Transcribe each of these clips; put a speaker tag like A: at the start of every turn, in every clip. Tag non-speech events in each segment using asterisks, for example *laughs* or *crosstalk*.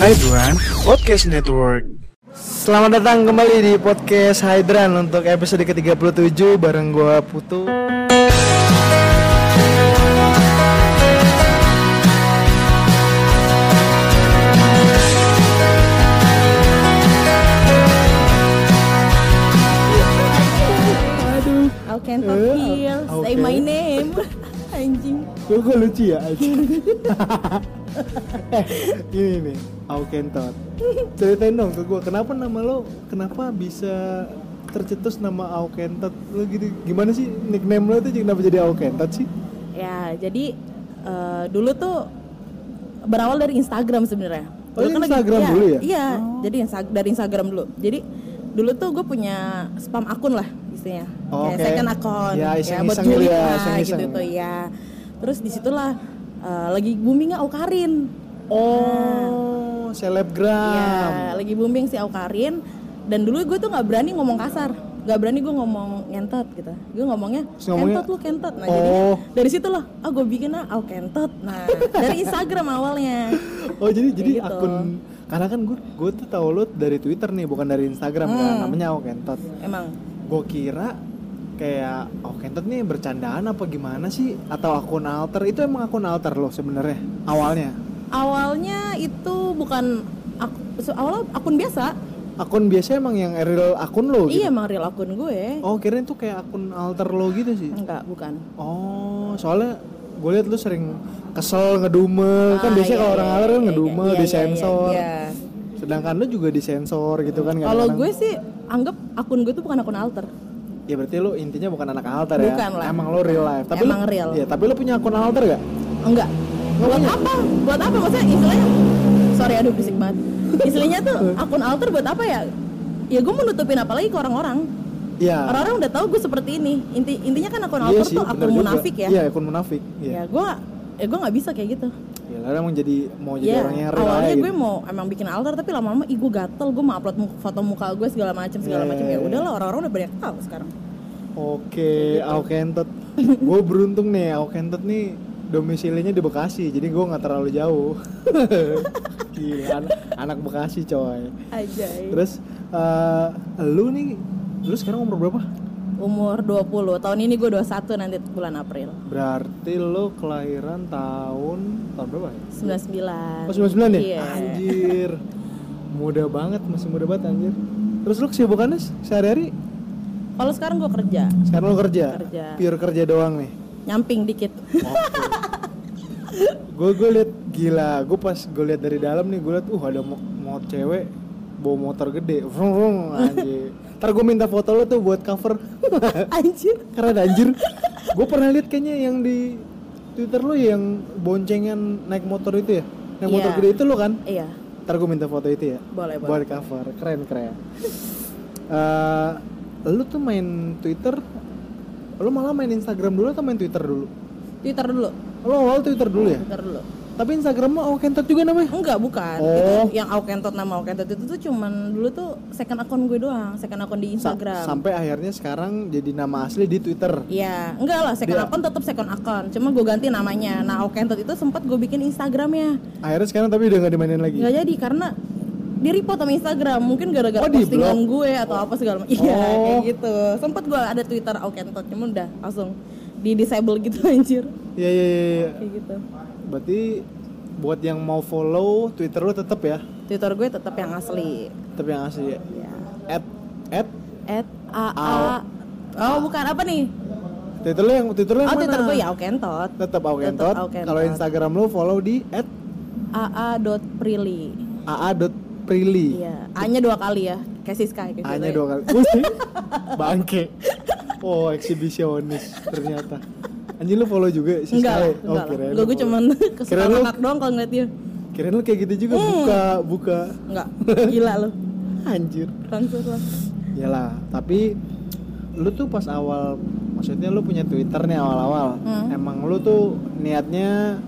A: Hydran Podcast Network.
B: Selamat datang kembali di podcast Hydran untuk episode ke-37 bareng gua Putu.
C: How can
B: Eh,
C: talk here? Say my name. *laughs* Anjing.
B: Gue kok lucu ya
C: *laughs*
B: anjing. eh, ini nih, Au Kentot. Ceritain dong ke gue, kenapa nama lo, kenapa bisa tercetus nama Au Kentot? Lo gitu, gimana sih nickname lo itu kenapa jadi Au Kentot sih?
C: Ya, jadi eh, dulu tuh berawal dari Instagram sebenarnya.
B: Oh,
C: Dulu
B: ini Instagram
C: iya,
B: dulu ya?
C: Iya, jadi insta- dari Instagram dulu. Jadi dulu tuh gue punya spam akun lah istilahnya.
B: Oh,
C: Kayak
B: oke.
C: second account.
B: Ya,
C: buat
B: iseng-iseng
C: julid
B: gitu ya,
C: lah,
B: iseng-iseng.
C: gitu tuh ya. Terus disitulah eh, lagi boomingnya Aukarin.
B: Oh, selebgram.
C: Iya, lagi booming si Aukarin dan dulu gue tuh nggak berani ngomong kasar nggak berani gue ngomong ngentot gitu gue ngomongnya
B: Terus ngomongnya,
C: kentot lu kentot nah
B: "Oh."
C: jadinya dari situ loh ah gue bikin ah au kentot nah dari Instagram *laughs* awalnya
B: Oh, jadi jadi
C: gitu.
B: akun karena kan gue gue tuh tau lo dari Twitter nih, bukan dari Instagram
C: Hmm.
B: kan. Namanya Au Kentot.
C: emang
B: gue kira kayak oh Kentot nih bercandaan apa gimana sih atau akun alter itu emang akun alter loh sebenarnya awalnya
C: awalnya itu bukan aku, so- awalnya akun biasa
B: akun biasa emang yang real akun lo
C: iya
B: gitu
C: emang real akun gue
B: oh kirain tuh kayak akun alter lo gitu sih
C: enggak bukan
B: oh soalnya gue liat lu sering kesel ngedumel kan
C: Ah,
B: biasanya
C: iya,
B: kalau orang
C: iya,
B: alter kan
C: iya,
B: ngedumel
C: iya, iya,
B: disensor
C: iya, iya.
B: sedangkan lu juga disensor gitu kan
C: kalau
B: kadang-kadang.
C: gue sih anggap akun gue tuh bukan akun alter
B: ya berarti lu intinya bukan anak alter ya
C: Bukan lah.
B: emang lo real life tapi lu-
C: Emang real.
B: iya tapi lu punya akun alter gak
C: Enggak. Buat
B: Iya.
C: apa? Buat apa maksudnya istilahnya? Sorry aduh berisik
B: *laughs*
C: banget. Istilahnya tuh akun alter buat apa ya? Ya gue mau nutupin apa lagi ke orang-orang.
B: Iya.
C: Orang-orang udah tahu gue seperti ini. Inti intinya kan akun alter tuh
B: bener
C: akun
B: juga.
C: munafik ya.
B: Iya, akun munafik. Iya.
C: Ya gue ya gue nggak bisa kayak gitu.
B: Ya, lalu emang jadi mau jadi
C: Ya,
B: orang yang real
C: awalnya
B: aja
C: gue
B: gitu.
C: mau emang bikin alter tapi lama-lama ih gue gatel, gue mau upload mu- foto muka gue segala macam segala
B: Iya,
C: macam.
B: iya,
C: Ya
B: iya.
C: udahlah orang-orang udah banyak tahu sekarang.
B: Oke,
C: gitu.
B: Aukentot. gue beruntung nih, Aukentot nih domisilinya di Bekasi, jadi gue nggak terlalu jauh. *laughs* Gila, an- anak Bekasi coy.
C: Aja.
B: Terus eh, lu nih, lu sekarang umur berapa?
C: Umur 20, tahun ini gue 21 nanti bulan April.
B: Berarti lu kelahiran tahun tahun berapa ya?
C: 99.
B: Oh, 99 ya?
C: Iya.
B: Anjir. Muda banget, masih muda banget anjir. Terus lu kesibukannya sehari-hari
C: Kalau sekarang gue kerja.
B: Sekarang lo kerja?
C: Kerja.
B: Pure kerja doang nih.
C: nyamping *laughs* dikit
B: Gue gue liat gila, gue pas gue liat dari dalam nih gue liat, uh ada mo mau cewek bawa motor gede, vrung vrung
C: *laughs*
B: anjir. Ntar gue minta foto lo tuh buat cover, *laughs*
C: anjir
B: karena ada anjir. Gue pernah liat kayaknya yang di Twitter lo yang boncengan naik motor itu ya, naik motor
C: Iya.
B: gede itu lo kan?
C: iya
B: Ntar gue minta foto itu ya.
C: Boleh,
B: Buat cover, keren keren. Eh, lu tuh main Twitter, lu malah main Instagram dulu atau main Twitter dulu?
C: twitter dulu
B: Lo awal Twitter dulu ya?
C: twitter dulu
B: Tapi Instagram mah oh kentot juga namanya.
C: enggak bukan
B: Oh.
C: itu yang aukentot nama aukentot itu tuh cuman dulu tuh second akun gue doang second akun di
B: Sa-
C: instagram
B: sampai akhirnya sekarang jadi nama asli di Twitter.
C: Iya, enggak lah second akun tetap second akun cuma gue ganti namanya nah aukentot itu sempat gue bikin instagramnya
B: Akhirnya sekarang tapi udah nggak dimainin lagi.
C: nggak jadi karena di report sama Instagram mungkin gara-gara
B: Oh, di
C: postingan gue atau apa segala macam iya
B: Oh.
C: kayak gitu sempat gue ada Twitter aukentot cuma udah langsung di disable gitu *laughs* anjir
B: Iya iya iya. iya.
C: kayak gitu
B: Berarti buat yang mau follow Twitter lo tetap ya,
C: Twitter gue tetap yang asli
B: tetap yang asli ya.
C: ya
B: At at
C: At A A Oh bukan apa nih?
B: Twitter lo yang Twitter lo yang mana?
C: Oh Twitter gue ya Okentot
B: Tetap Aukentot.
C: Tetap Aukentot.
B: Kalau Instagram lo follow di at
C: AA dot Prilly
B: aa.prilly.
C: Iya A nya dua kali ya Kayak Siska kayak
B: Hanya
C: gitu ya.
B: dua kali. Pusing. Bangke. Oh, eksibisionis ternyata. Anjing lu follow juga si
C: Enggak lah,
B: Sae?
C: enggak lah.
B: Oh, kirain
C: Enggak,
B: lu
C: gue
B: follow.
C: cuman *laughs*
B: Kirain
C: kesukaan
B: lu-
C: ngakak doang kalau ngeliat dia.
B: Kirain lu kayak gitu juga buka
C: Hmm.
B: buka
C: Enggak, gila lu.
B: anjir.
C: Langsung lah.
B: Iyalah, tapi lu tuh pas awal maksudnya lu punya Twitter nih awal-awal.
C: Hmm.
B: Emang lu tuh niatnya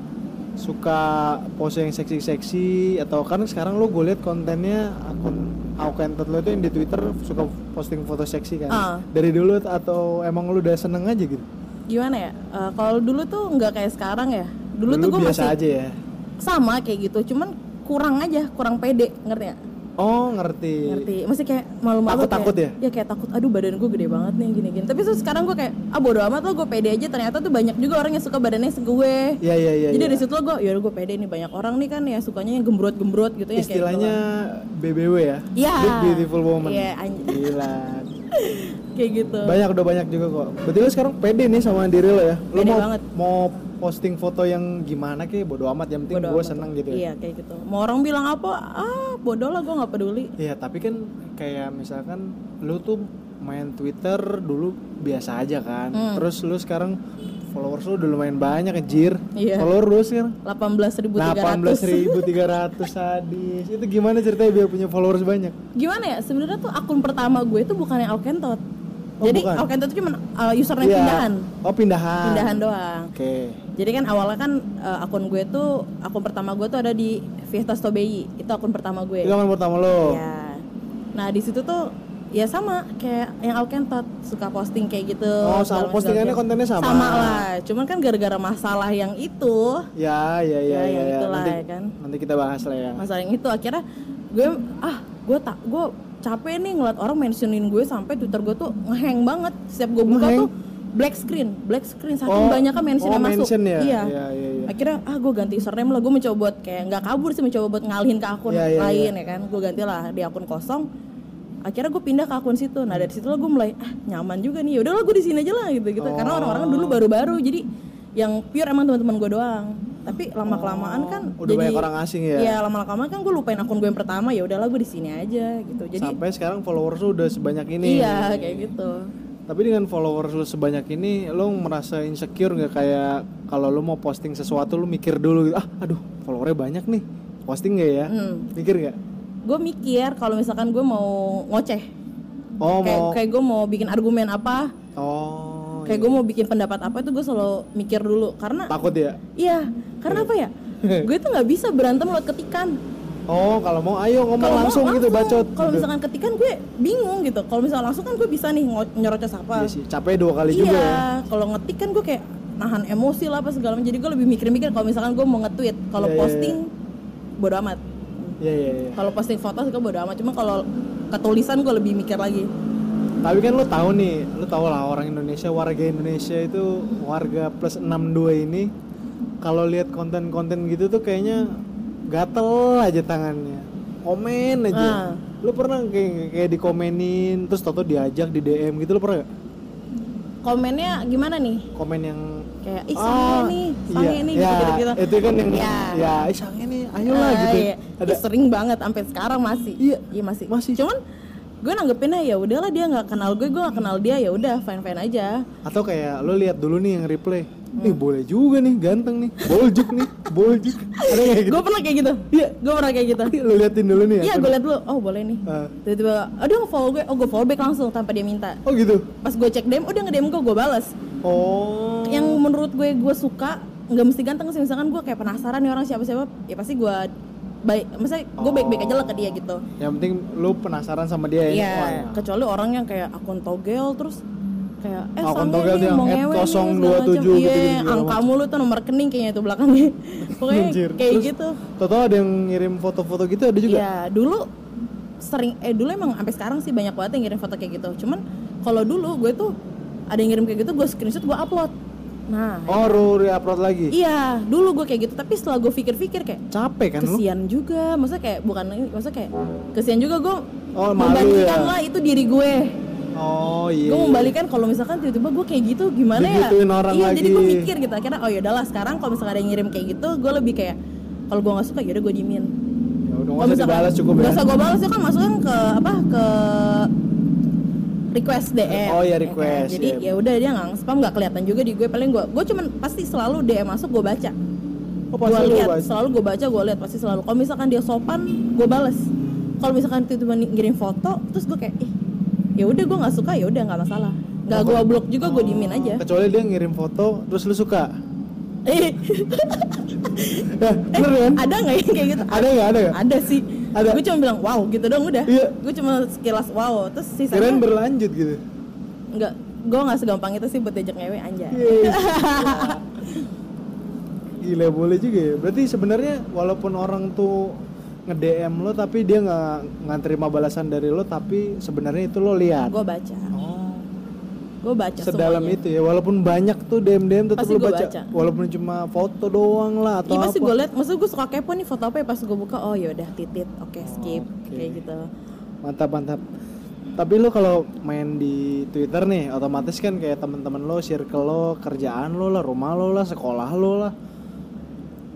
B: suka pose yang seksi-seksi atau kan sekarang lu gue liat kontennya akun akuntan lu tuh yang di Twitter suka posting foto seksi kan.
C: Ah.
B: Dari dulu atau emang lu udah seneng aja gitu?
C: Gimana ya? Eh, kalau dulu tuh nggak kayak sekarang ya. Dulu, tuh gue
B: biasa
C: masih
B: aja ya.
C: sama kayak gitu, cuman kurang aja, kurang pede, ngerti gak?
B: Oh, ngerti.
C: Ngerti. Masih kayak malu-malu
B: Takut-takut
C: kayak- Ya kayak takut, aduh badan gue gede banget nih gini-gini. Tapi terus sekarang gue kayak, ah bodo amat lo gue pede aja. Ternyata tuh banyak juga orang yang suka badannya segue.
B: Iya, iya, iya.
C: Jadi
B: iya.
C: dari situ lo gue, ya gue pede nih banyak orang nih kan ya sukanya yang gembrot-gembrot gitu ya kayak
B: istilahnya BBW ya.
C: Iya.
B: Big beautiful woman.
C: Iya, anj- *laughs*
B: Gila.
C: gitu. kayak gitu.
B: Banyak udah banyak juga kok. Berarti lu sekarang pede nih sama diri lo ya. Lu
C: Pede
B: mau
C: banget.
B: mau posting foto yang gimana kek bodo amat yang penting
C: Bodo
B: gue
C: amat.
B: seneng gitu ya.
C: Iya kayak gitu. Mau orang bilang apa? Ah bodoh lah gue nggak peduli.
B: Iya, tapi kan kayak misalkan lu tuh main Twitter dulu biasa aja kan.
C: Hmm.
B: Terus lu sekarang followers lu udah lumayan banyak anjir.
C: Iya.
B: Follower lu sekarang
C: 18.300
B: 18.300 sadis. Itu gimana ceritanya biar punya followers banyak?
C: Gimana ya? Sebenarnya tuh akun pertama gue itu bukan yang Alkentot.
B: Oh,
C: Jadi
B: bukan?
C: Alkentot itu cuma uh, username
B: Iya.
C: pindahan,
B: Oh, pindahan.
C: pindahan doang.
B: Oke.
C: Jadi kan awalnya kan uh, akun gue tuh akun pertama gue tuh ada di Fiesta Stobei. Itu akun pertama
B: Itu
C: gue.
B: kamar pertama lo.
C: Iya. Nah, di situ tuh ya sama kayak yang Alkentot suka posting kayak gitu.
B: Oh,
C: segala
B: sama
C: macam.
B: postingannya kontennya sama.
C: Sama lah. Cuman kan gara-gara masalah yang itu
B: Ya, ya, ya,
C: Ya,
B: ya,
C: yang
B: ya.
C: itulah,
B: nanti,
C: ya kan?
B: nanti kita bahas lah ya.
C: masalah yang itu akhirnya gue ah gue tak gue capek nih ngeliat orang mentionin gue sampai twitter gue tuh ngehang banget setiap gue buka
B: Ngehang?
C: tuh black screen black screen saking
B: Oh,
C: banyaknya mention
B: oh,
C: yang masuk
B: mention ya?
C: iya
B: Iya, iya, iya.
C: akhirnya ah gue ganti username lah gue mencoba buat kayak nggak kabur sih mencoba buat ngalihin ke akun
B: Iya, iya,
C: lain ya kan gue gantilah di akun kosong akhirnya gue pindah ke akun situ nah dari situ lah gue mulai ah nyaman juga nih yaudah lah gue di sini aja lah gitu
B: Oh.
C: gitu karena orang-orang dulu baru-baru jadi yang pure emang teman-teman gue doang tapi lama kelamaan kan
B: Udah
C: jadi-
B: banyak orang asing ya?
C: Iya lama-lama kan gue lupain akun gue yang pertama ya udahlah gue di sini aja gitu. Jadi
B: Sampai sekarang followers lu udah sebanyak ini.
C: iya kayak gitu.
B: Tapi dengan followers lu sebanyak ini, lu merasa insecure nggak kayak kalau lu mau posting sesuatu lu mikir dulu gitu. Ah, aduh, followernya banyak nih. Posting nggak ya?
C: Hmm.
B: Mikir nggak?
C: Gue mikir kalau misalkan gue mau ngoceh,
B: Oh,
C: kayak
B: mau.
C: kayak gue mau bikin argumen apa,
B: Oh. iya.
C: kayak gue mau bikin pendapat apa itu gue selalu mikir dulu karena
B: takut ya?
C: iya karena apa ya?
B: Iya.
C: gue tuh nggak bisa berantem lewat ketikan.
B: Oh, kalau mau ayo ngomong
C: Kalau mau
B: langsung, gitu bacot.
C: Kalau
B: Gitu.
C: misalkan ketikan gue bingung gitu. Kalau misalkan langsung kan gue bisa nih ngo- nyerocos
B: Iya
C: apa.
B: sih, capek dua kali juga
C: iya,
B: ya.
C: kalau ngetik kan gue kayak nahan emosi lah apa segala macam. Jadi gue lebih mikir-mikir kalau misalkan gue mau nge-tweet, kalau
B: Iya, iya,
C: posting bodo amat.
B: Iya, iya, iya.
C: Kalau posting foto suka bodo amat, cuma kalau ketulisan gue lebih mikir lagi.
B: Tapi kan lo tahu nih, lo tahu lah orang Indonesia, warga Indonesia itu warga plus 62 ini kalau lihat konten-konten gitu tuh kayaknya gatel aja tangannya. Komen aja.
C: Ah.
B: Lo pernah kayak, kayak dikomenin terus tau diajak di DM gitu lo pernah gak?
C: Komennya gimana nih?
B: Komen yang
C: Kayak ih sange nih, sange
B: iya,
C: nih gitu,
B: ya,
C: gitu-gitu.
B: Itu kan yang
C: Iya.
B: ya, "Ih, sange nih, ayolah
C: Ah,
B: gitu.
C: iya.
B: Ada
C: Ih, sering banget sampai sekarang masih.
B: Iya.
C: masih.
B: Masih.
C: Cuman gue nanggepinnya ya udahlah dia nggak kenal gue, gue nggak kenal dia ya udah fine fine aja.
B: atau kayak lo lihat dulu nih yang replay. Ih
C: Hmm.
B: boleh juga nih, ganteng nih, boljuk nih, boljuk. Ada kayak gitu.
C: Gue pernah kayak gitu. Iya. Gue pernah kayak gitu.
B: Ih, Lu liatin dulu nih ya,
C: Iya,
B: akun.
C: gue liat dulu. Oh, boleh nih.
B: Ah.
C: Tiba-tiba, aduh follow gue. Oh, gue follow back langsung tanpa dia minta.
B: Oh gitu.
C: Pas gue cek DM, udah nge-DM gue, gue balas.
B: Oh.
C: Yang menurut gue gue suka, nggak mesti ganteng sih. Misalkan gue kayak penasaran nih orang siapa-siapa, ya pasti gue baik. Misalnya gue
B: Oh.
C: baik-baik aja lah ke dia gitu.
B: Yang penting lu penasaran sama dia ya.
C: Iya,
B: Wah, ya.
C: kecuali orang yang kayak akun togel terus kayak eh
B: Akun
C: sange
B: togel
C: nih,
B: tuh yang
C: mau
B: at
C: ngewe nih,
B: 027
C: segala macam.
B: gitu-gitu
C: Iya,
B: segala
C: angka mulu tuh nomor rekening kayaknya itu belakangnya. *laughs* Pokoknya
B: Anjir.
C: kayak
B: Terus-
C: gitu.
B: Toto ada yang ngirim foto-foto gitu ada juga.
C: Iya, dulu sering eh dulu emang sampai sekarang sih banyak banget yang ngirim foto kayak gitu. Cuman kalau dulu gue tuh ada yang ngirim kayak gitu, gue screenshot, gue upload. Nah,
B: Oh, lu upload lagi.
C: iya, dulu gue kayak gitu, tapi setelah gue pikir-pikir kayak
B: Capek kan lu?
C: kesian juga. Maksudnya kayak bukan maksudnya kayak kesian juga gue
B: Oh, malu
C: membandingkan
B: ya.
C: lah itu diri gue.
B: Oh iya.
C: Gue membalikan kalau misalkan tiba-tiba gue kayak gitu gimana ya?
B: Digituin orang
C: iya, jadi gue
B: lagi.
C: mikir gitu. Akhirnya oh ya udahlah sekarang kalau misalkan ada yang ngirim kayak gitu, gue lebih kayak kalau gue nggak suka ya udah gue diemin
B: Ya udah
C: Kalau
B: nggak ya? usah
C: misalkan- kan
B: dibalas cukup ya.
C: nggak usah gue balas ya kan masuknya ke apa ke request DM.
B: Oh, iya,
C: ya kan?
B: request,
C: Jadi
B: iya.
C: ya udah dia nggak spam nggak kelihatan juga di gue paling gue gue cuman pasti selalu DM masuk gue baca.
B: Oh,
C: Gue
B: pasti lu
C: lihat
B: baca.
C: selalu gue baca gue lihat pasti selalu. Kalau misalkan dia sopan gue bales. Kalau misalkan itu cuma ngirim foto terus gue kayak ih ya udah gue nggak suka ya udah nggak masalah. Nggak gue blok juga gue dimin aja.
B: Kecuali dia ngirim foto terus lu suka.
C: Eh,
B: Ya, *laughs* bener kan?
C: ada nggak yang kayak gitu?
B: Ada nggak? Ada nggak?
C: Ada sih.
B: Ada.
C: Gue cuma bilang wow gitu dong udah.
B: Iya.
C: Gue cuma sekilas wow terus sisanya
B: Keren berlanjut gitu.
C: nggak gue nggak segampang itu sih buat diajak ngewe anjay.
B: Yes. Gila boleh juga ya. Berarti sebenarnya walaupun orang tuh nge-DM lo tapi dia nggak nggak terima balasan dari lo tapi sebenarnya itu lo lihat. Oh.
C: Gue baca. Gue baca gitu.
B: Sedalam
C: semuanya.
B: itu ya. Walaupun banyak tuh DM-DM tetap
C: Pasti
B: lo
C: gua
B: baca.
C: baca.
B: Walaupun cuma foto doang lah atau
C: Iya pasti
B: apa.
C: gue liat, maksud gue suka kepo nih foto apa ya pas gue buka, oh yaudah titit, oke skip,
B: Oke.
C: kayak gitu.
B: Mantap mantap. Tapi lo kalau main di Twitter nih otomatis kan kayak teman-teman lo, circle lo, kerjaan lo lah, rumah lo lah, sekolah lo lah.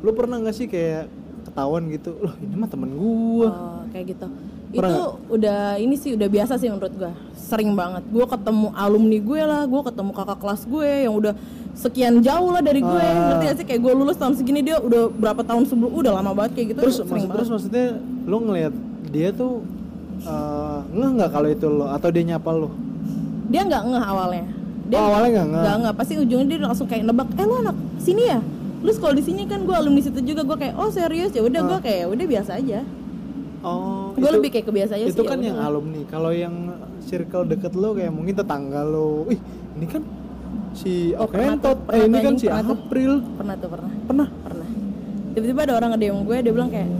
B: Lo pernah nggak sih kayak ketahuan gitu? Loh, ini mah temen gua.
C: Oh, kayak gitu.
B: Pernah
C: itu udah ini sih udah biasa sih menurut gue, sering banget. Gue ketemu alumni gue lah, gue ketemu kakak kelas gue yang udah sekian jauh lah dari gue,
B: Ah.
C: ngerti gak sih? Kayak gue lulus tahun segini dia udah berapa tahun sebelum, udah lama banget kayak gitu.
B: terus
C: sering
B: maksud,
C: banget.
B: terus maksudnya lo ngelihat dia tuh eh, ngeh nggak kalau itu lo atau dia nyapa lo?
C: dia nggak ngeh awalnya dia
B: Oh, awalnya nggak ngeh.
C: nggak ngeh pasti ujungnya dia langsung kayak nebak eh lo anak sini ya lu sekolah di sini kan gue alumni situ juga gue kayak oh serius ya udah gue
B: Ah.
C: kayak udah biasa aja
B: Oh,
C: gue lebih kayak kebiasa aja
B: itu
C: sih,
B: kan
C: ya
B: yang
C: udah.
B: alumni kalau yang circle deket lo kayak mungkin tetangga lo ih ini kan si
C: Oh, pernah
B: Okentot
C: tuh, pernah
B: eh ini
C: tuh,
B: kan
C: anjing,
B: si
C: pernah tuh.
B: April
C: pernah tuh pernah
B: pernah
C: pernah tiba-tiba ada orang ngedem gue dia bilang kayak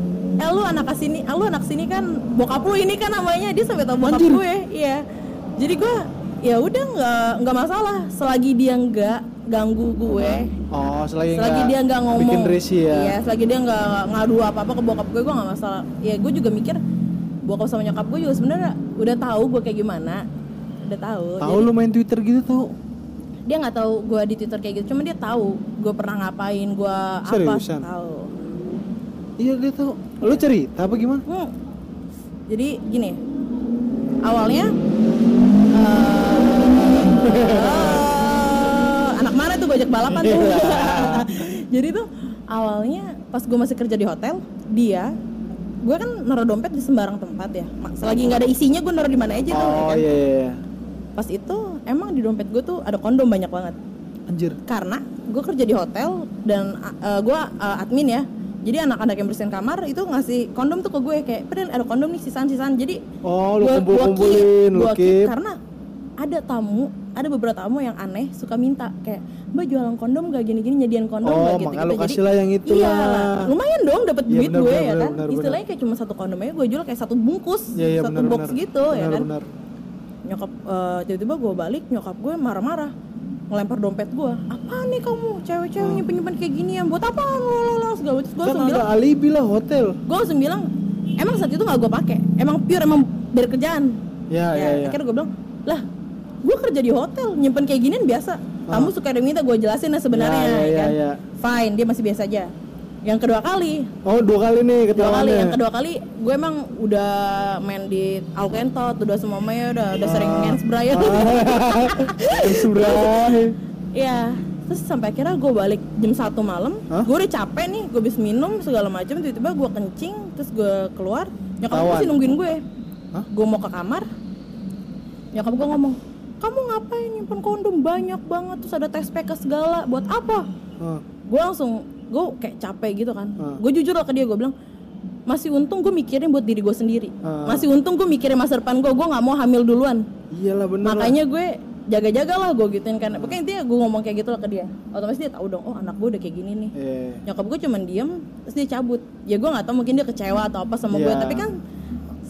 C: eh lu anak sini eh, lu anak sini kan bokap lu ini kan namanya dia sampai tau bokap
B: Anjir.
C: gue iya jadi gue ya udah nggak nggak masalah selagi dia nggak ganggu gue
B: oh selagi,
C: selagi dia nggak ngomong
B: bikin resi ya
C: iya selagi dia nggak ngadu apa apa ke bokap gue gue nggak masalah ya gue juga mikir bokap sama nyokap gue juga sebenarnya udah tahu gue kayak gimana udah tahu
B: tahu
C: Jadi
B: lo main Twitter gitu tuh
C: dia nggak tahu gue di twitter kayak gitu cuma dia tahu gue pernah ngapain gue apa
B: Seriusan?
C: tahu
B: iya dia tahu lo cerita apa gimana
C: Hmm. jadi gini awalnya eh, *laughs* anak mana tuh bajak balapan tuh
B: *laughs*
C: jadi tuh awalnya pas gue masih kerja di hotel dia gue kan naruh dompet di sembarang tempat ya Ma- selagi nggak ada isinya gue naruh di mana aja tuh ya
B: oh
C: kan?
B: iya iya iya.
C: pas itu emang di dompet gue tuh ada kondom banyak banget
B: anjir
C: karena gue kerja di hotel dan uh, gue uh, admin ya jadi anak-anak yang bersihin kamar itu ngasih kondom tuh ke gue kayak pernah ada kondom nih sisaan-sisaan jadi
B: oh lo
C: gua-
B: kumpul
C: gua keep,
B: kumpulin lo
C: gua keep.
B: keep
C: karena ada tamu ada beberapa tamu yang aneh suka minta kayak mbak jualan kondom gak gini-gini nyediain kondom
B: Oh,
C: gak gitu
B: makanya lu kasih lah yang itu
C: iya
B: lah.
C: lah. lumayan dong dapat
B: Iya,
C: duit
B: benar,
C: gue
B: benar,
C: ya
B: benar,
C: kan
B: benar, benar.
C: istilahnya kayak cuma satu kondom aja gue jual kayak satu bungkus
B: Iya, iya,
C: satu
B: benar,
C: box
B: benar.
C: gitu ya
B: Benar,
C: kan
B: benar.
C: nyokap eh, tiba-tiba gue balik nyokap gue marah-marah ngelempar dompet gue apa nih kamu cewek-cewek nyimpen nyimpen kayak ginian buat apa lo segala
B: Hmm.
C: macam gue
B: kan
C: langsung
B: ada
C: bilang
B: alibi lah hotel
C: gue langsung bilang emang saat itu nggak gue pakai emang pure emang dari kerjaan
B: Ya, ya, ya.
C: akhirnya gue bilang lah gue kerja di hotel nyimpen kayak ginian biasa
B: Ah.
C: kamu suka ada yang minta gue jelasin nah
B: Ya,
C: sebenarnya
B: ya,
C: kan
B: ya, ya.
C: fine dia masih biasa aja yang kedua kali
B: oh dua kali nih
C: dua kali yang
B: ketahuannya *laughs*
C: kedua kali gue emang udah main di Alkentot udah semua maya udah udah sering
B: Ah.
C: hands Brian *laughs*
B: sebelah Oh,
C: Iya. Terus sampai akhirnya gue balik jam satu malam,
B: Hah?
C: gue udah capek nih, gue habis minum segala macam, tiba-tiba gue kencing, terus gue keluar, nyokap gue
B: Ketahuan.
C: sih nungguin gue.
B: Hah?
C: Gue mau ke kamar, nyokap gue ngomong, kamu ngapain nyimpen kondom banyak banget, terus ada tes PK segala, buat apa?
B: Oh,
C: Gue langsung, gue kayak capek gitu kan,
B: Hah.
C: gue jujur lah ke dia, gue bilang, masih untung gue mikirin buat diri gue sendiri,
B: Hah.
C: masih untung gue mikirin masa depan gue, gue nggak mau hamil duluan
B: iyalah bener lah.
C: makanya gue jaga-jaga lah gue gituin kan pokoknya intinya gue ngomong kayak gitu lah ke dia otomatis dia tahu dong oh anak gue udah kayak gini nih
B: Eh,
C: nyokap gue cuman diem terus dia cabut ya gue nggak tahu mungkin dia kecewa atau apa sama gue
B: Iya.
C: tapi kan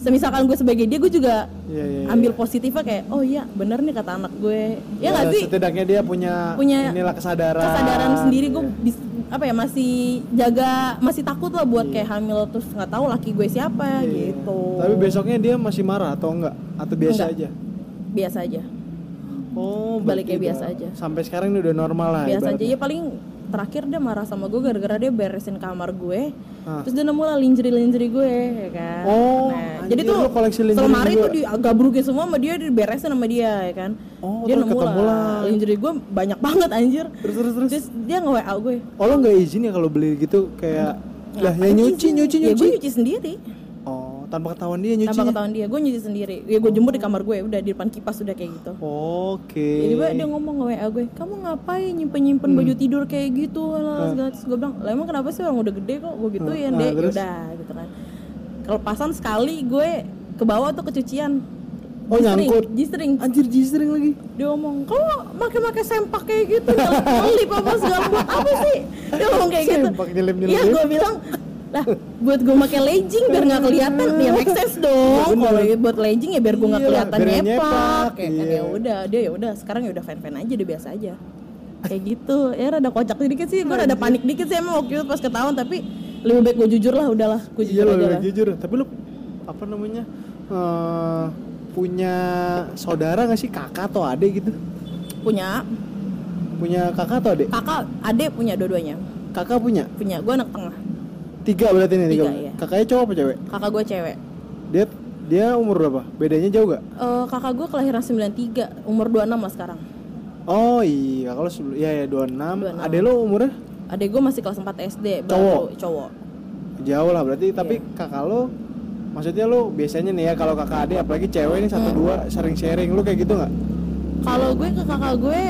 C: semisalkan gue sebagai dia gue juga
B: iya, iya, iya.
C: ambil positifnya kayak oh iya bener nih kata anak gue ya nggak sih
B: Setidaknya dia punya,
C: Punya
B: inilah kesadaran.
C: kesadaran sendiri gue
B: Iya.
C: bis- apa ya masih jaga masih takut lah buat kayak hamil terus nggak tahu laki gue siapa
B: Iya.
C: gitu
B: Tapi besoknya dia masih marah atau enggak? Atau biasa
C: Enggak.
B: aja?
C: biasa aja
B: Oh,
C: Balik
B: berarti
C: kayak biasa
B: udah-
C: aja.
B: Sampai sekarang ini udah normal lah.
C: biasa
B: Iya,
C: aja
B: ibaratnya.
C: ya paling terakhir dia marah sama gue gara-gara dia beresin kamar gue terus dia nemu lah lingerie lingerie gue ya kan
B: Oh,
C: nah,
B: anjir,
C: jadi tuh
B: lu koleksi lingerie
C: selemari
B: juga.
C: tuh digabrukin semua sama dia diberesin sama dia ya kan
B: Oh,
C: dia
B: terus ketemu lah.
C: lingerie gue banyak banget anjir
B: Terus, terus, terus.
C: dia nge WA gue
B: Oh lo nggak izin ya kalau beli gitu kayak lah ya
C: "Ngapain
B: nyuci
C: sih?"
B: nyuci
C: ya
B: nyuci.
C: gue nyuci sendiri
B: Oh tanpa ketahuan dia nyuci.
C: tanpa ketahuan dia gue nyuci sendiri ya gue jemur di kamar gue udah di depan kipas udah kayak gitu
B: Oke. Hmm.
C: Tiba-tiba dia ngomong ke WA gue, kamu ngapain nyimpen-nyimpen baju tidur kayak gitu lah segala terus gue bilang, lah emang kenapa sih orang udah gede kok gue gituin
B: Ah,
C: deh,
B: terus?
C: udah gitu kan. Kelepasan sekali gue ke bawah tuh kecucian.
B: Oh, nyangkut.
C: Jistring.
B: Anjir jistring lagi.
C: Dia ngomong, kamu make-make sempak kayak gitu, nyelip apa segala buat apa sih? Dia ngomong kayak gitu.
B: Sempak nyelip-nyelip.
C: Iya gue bilang, lah buat gue pakai legging biar nggak kelihatan ya make sense dong
B: Iya, Bener.
C: kalau buat legging ya biar gue nggak
B: Iya,
C: kelihatan
B: biar nggak nyepak,
C: nyepak ya kan
B: iya.
C: ya udah dia ya udah sekarang ya udah fan fan aja dia biasa aja kayak gitu ya rada kocak dikit sih gue rada panik dikit sih emang waktu itu pas ketahuan tapi lebih baik gue jujur lah udahlah gue
B: Iya
C: jujur
B: lo
C: aja lah
B: jujur. Tapi lo apa namanya eh, punya saudara nggak sih kakak atau adik gitu?
C: punya
B: Punya kakak atau adik?
C: kakak adek punya dua-duanya
B: Kakak punya
C: punya gue anak tengah
B: tiga berarti nih tiga.
C: Tiga, iya.
B: Kakaknya cowok apa cewek?
C: kakak gue cewek
B: Dia dia umur berapa? Bedanya jauh gak?
C: Eh, kakak gue kelahiran 93 umur 26 lah sekarang
B: Oh iya kalau sebelum ya ya 26.
C: 26.
B: Adek lo umurnya
C: adek gue masih kelas 4 SD
B: Cowok?
C: baru cowok
B: jauh lah berarti tapi
C: Iya.
B: kakak lo maksudnya lo biasanya nih ya kalau kakak adik apalagi cewek ini
C: Hmm.
B: satu dua sering sharing lo kayak gitu nggak
C: kalau gue ke kakak gue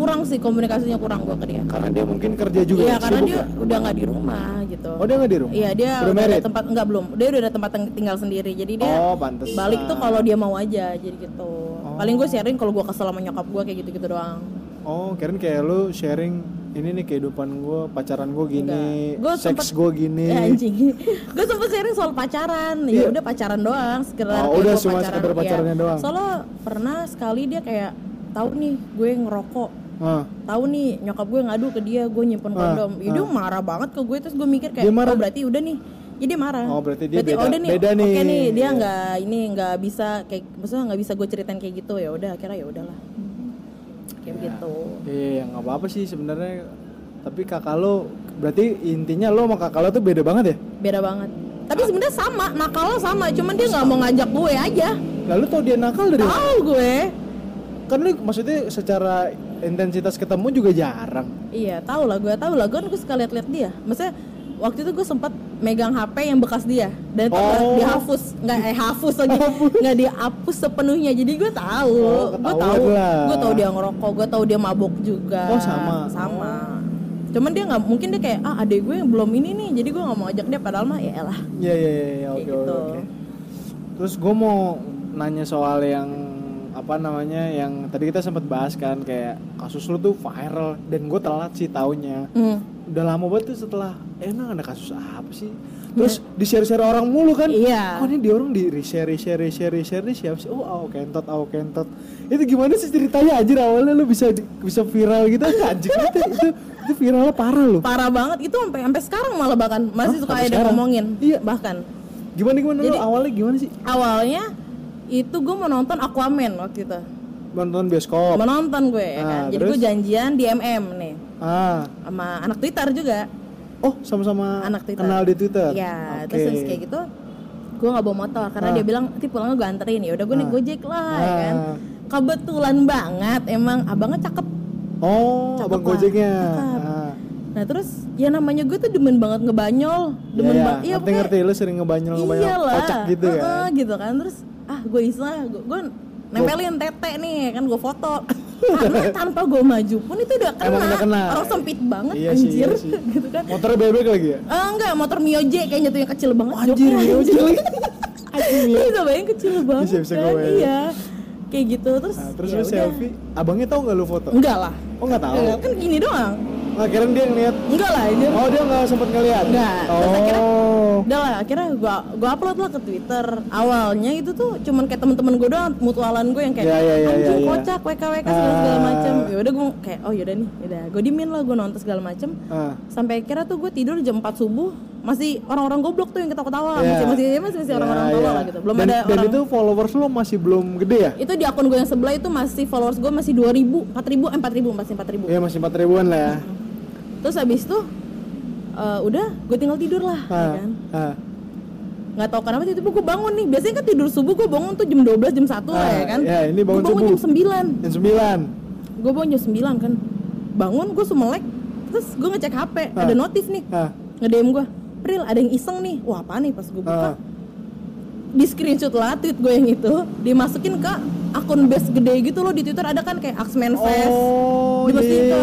C: kurang sih komunikasinya kurang gue ke dia
B: karena dia mungkin kerja juga
C: Iya karena
B: sibuk
C: dia
B: nggak?
C: udah nggak di rumah gitu.
B: oh dia nggak di rumah
C: Iya
B: udah
C: dia udah, ada
B: married
C: tempat nggak belum. Dia udah ada tempat ting- tinggal sendiri. Jadi dia
B: oh pantes
C: balik tuh kalau dia mau aja jadi gitu. Paling gue sharing kalau gue kesel sama nyokap gue kayak gitu-gitu doang.
B: oh keren kayak lo sharing ini nih kehidupan gue pacaran gue gini
C: Enggak. Gua
B: seks
C: sempet-
B: gue gini Iya.
C: Ya anjing. *laughs* gue sempet sharing soal pacaran. Ya udah pacaran doang sekedar
B: Oh,
C: kayak
B: udah
C: gua
B: cuma sekedar
C: Iya.
B: pacarannya doang.
C: Soalnya pernah sekali dia kayak tahu nih gue ngerokok
B: Ah,
C: tahu nih nyokap gue ngadu ke dia gue nyimpen kondom ya dia marah banget ke gue terus gue mikir kayak
B: Dia marah?
C: oh berarti udah nih ya dia marah
B: Oh, berarti dia beda-
C: oh, udah nih,
B: beda nih.
C: oke nih dia
B: Iya.
C: nggak ini nggak bisa kayak maksudnya nggak bisa gue ceritain kayak gitu ya udah akhirnya ya udahlah kayak gitu
B: iya nggak apa apa sih sebenarnya tapi kakak lo berarti intinya lo sama kakak lo tuh beda banget ya
C: beda banget
B: Ah.
C: tapi sebenarnya sama nakalnya sama cuman dia nggak mau ngajak gue aja
B: lalu tau dia nakal dari
C: tahu gue
B: kan lo maksudnya secara intensitas ketemu juga jarang
C: iya tahu lah gue tahu lah gue kan gue suka liat-liat dia maksudnya waktu itu gue sempat megang HP yang bekas dia dan itu nggak
B: Oh.
C: dihapus nggak eh hapus lagi
B: *laughs*
C: nggak dihapus sepenuhnya jadi gue tahu
B: Oh,
C: gue
B: ketahuan
C: tahu
B: lah.
C: gue tahu dia ngerokok gue tahu dia mabok juga
B: Oh, sama.
C: sama cuman dia nggak mungkin dia kayak ah adek gue yang belum ini nih jadi gue nggak mau ajak dia padahal mah ya lah
B: Iya iya iya, iya oke
C: Kayak
B: oke.
C: gitu.
B: oke. Terus gue mau nanya soal yang apa namanya yang tadi kita sempat bahas kan kayak kasus lu tuh viral dan gue telat sih taunya.
C: hmm.
B: Udah lama banget tuh setelah eh, emang ada kasus apa sih? Terus di share share orang mulu kan?
C: Iya.
B: Oh ini di orang di reshare reshare reshare reshare nih siapa sih? Oh aw kentot aw kentot. Itu gimana sih ceritanya aja awalnya lu bisa di- bisa viral gitu anjing itu itu, itu viralnya parah lu.
C: parah banget itu sampai sampai sekarang malah bahkan
B: Hah,
C: masih suka
B: sampai
C: ada yang
B: sekarang?
C: ngomongin
B: Iya.
C: bahkan
B: Gimana gimana lu
C: Jadi-
B: awalnya gimana sih?
C: awalnya itu gue mau nonton Aquaman waktu itu
B: Nonton bioskop.
C: menonton gue ya
B: Oh.
C: kan.
B: Ah,
C: Jadi
B: terus?
C: gue janjian di MM nih
B: Ah,
C: sama anak Twitter juga,
B: oh sama-sama
C: anak Twitter.
B: kenal di Twitter.
C: Iya,
B: Oke.
C: terus habis kayak gitu gue nggak bawa motor karena
B: Ah.
C: dia bilang nanti pulangnya gue anterin ya udah gue naik
B: Ah.
C: gojek lah ya kan
B: Ah.
C: kebetulan banget emang abangnya cakep
B: Oh,
C: Cakep
B: abang
C: lah,
B: Gojeknya.
C: cakep.
B: Ah.
C: nah terus ya namanya gue tuh demen banget ngebanyol demen
B: Iya,
C: banget
B: iya. ngerti ngerti lu sering ngebanyol ngebanyol
C: iyalah
B: kocak gitu ya.
C: Iya Heeh, gitu kan terus ah gue iseng lah, gue, gue nempelin tete nih kan gue
B: *laughs*
C: foto karena tanpa gue maju pun itu udah kena,
B: Emang udah kena.
C: orang sempit banget
B: Iya sih,
C: anjir
B: iya sih.
C: *laughs* gitu kan
B: Motor bebek lagi ya?
C: Eh, enggak, motor Mio J kayaknya tuh yang kecil banget.
B: Anjir,
C: joknya, *laughs*
B: Mio J *laughs*
C: anjir.
B: lagi. Anjing Mio.
C: Bisa bayangin kecil banget.
B: Bisa- bisa
C: kan?
B: gua bayangin.
C: Iya. Kayak gitu terus.
B: Nah, terus
C: ya
B: lu
C: udah.
B: selfie, abangnya tahu nggak lu foto?
C: Enggak lah.
B: Oh nggak tahu.
C: Enggak, kan gini doang.
B: Nah, kira dia ngeliat.
C: Enggak lah anjir.
B: Oh dia nggak sempet ngeliat.
C: Enggak. Terus akhirnya-
B: Oh.
C: Udah lah, akhirnya gua gua upload lah ke Twitter. Awalnya itu tuh cuman kayak teman-teman gua doang, mutualan gue yang kayak
B: Iya, iya, iya,
C: anjing
B: iya, iya.
C: kocak, WK WK segala, segala
B: Ah.
C: macam. Ya udah gua kayak oh yaudah nih, udah. Gua dimin lah gua nonton segala macam.
B: Ah.
C: Sampai akhirnya tuh gue tidur jam 4 subuh masih orang-orang goblok tuh yang ketawa-ketawa
B: Iya.
C: Oh, masih masih masih masih
B: Ya,
C: orang-orang goblok
B: ya.
C: lah gitu belum
B: dan,
C: ada
B: dan
C: orang Iya.
B: itu followers lo masih belum gede ya?
C: itu di akun gue yang sebelah itu masih followers gue masih 2000, 4000, eh, 4000, masih 4000.
B: Ya masih 4 ribuan lah ya.
C: Hmm, iya Terus habis itu eh, udah gue tinggal tidur lah ya
B: Ah,
C: kan.
B: ah.
C: Nggak tahu kenapa tiba-tiba gue bangun nih. Biasanya kan tidur subuh gue bangun tuh jam 12 jam 1 lah
B: Ah,
C: ya kan.
B: ya, ini bangun
C: Gua
B: subuh.
C: jam 9.
B: Yang 9.
C: Gue bangun jam 9 kan. Bangun gue sumelek. Terus gue ngecek HP,
B: Ah.
C: ada notif nih.
B: Ah,
C: Nge-DM gue, "Pril, ada yang iseng nih." Wah, apa nih pas gue
B: ah.
C: buka? Di screenshot lah tweet gue yang itu, dimasukin ke akun base gede gitu loh di Twitter ada kan kayak Axman Fest.
B: Oh,
C: dimasukin
B: iya.
C: ke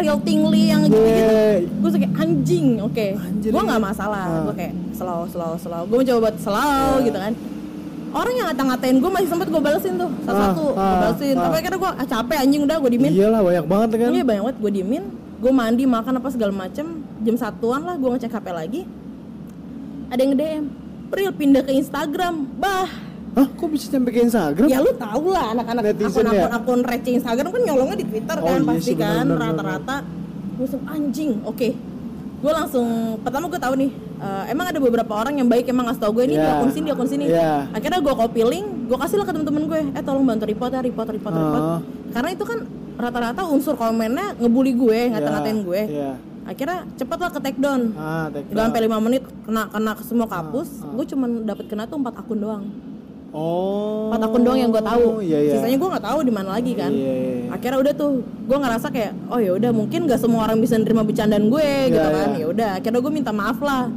C: real tingly yang gitu-gitu
B: Yeah.
C: gue suka kayak anjing oke
B: Anjir,
C: gue
B: iya.
C: nggak masalah
B: Ah.
C: gue kayak slow slow slow gue mencoba buat slow
B: Ya.
C: gitu kan orang yang ngata-ngatain gue masih sempet gue balesin tuh satu-satu
B: Ah,
C: gue
B: ah,
C: balesin
B: ah.
C: tapi akhirnya gue ah, capek anjing udah gue dimin
B: Iyalah banyak banget kan.
C: ini banyak banget gue diemin gue mandi makan apa segala macem jam satuan lah gue ngecek hp lagi ada yang nge-DM Pril pindah ke Instagram bah
B: Hah, kok bisa nyampe ke Instagram?
C: ya lu tau lah anak-anak
B: Netizen
C: akun-akun
B: ya?
C: akun receh Instagram kan nyolongnya di Twitter
B: Oh,
C: kan
B: iya
C: pasti
B: sih, benar,
C: kan
B: benar, benar.
C: rata-rata gue langsung anjing oke gue langsung pertama gue tahu nih eh, emang ada beberapa orang yang baik emang ngasih tau gue ini di
B: Iya.
C: akun sini di akun sini
B: Iya.
C: akhirnya gue copy link gue kasih lah ke temen-temen gue eh tolong bantu report ya report report report
B: Ah.
C: karena itu kan rata-rata unsur komennya ngebully gue Eh, ngata-ngatain gue
B: Iya.
C: akhirnya cepet lah ke take down
B: Ah, take
C: Gak sampai
B: down.
C: 5 menit kena kena ke semua kapus, gue cuman dapat kena tuh empat akun doang
B: Oh.
C: empat akun doang yang gue tahu
B: Iya, iya.
C: sisanya gue nggak tahu di mana lagi kan
B: Iya, iya, iya.
C: akhirnya udah tuh gue ngerasa kayak oh ya udah mungkin gak semua orang bisa nerima bercandaan gue gitu
B: Iya,
C: kan
B: iya.
C: ya udah akhirnya gue minta maaf lah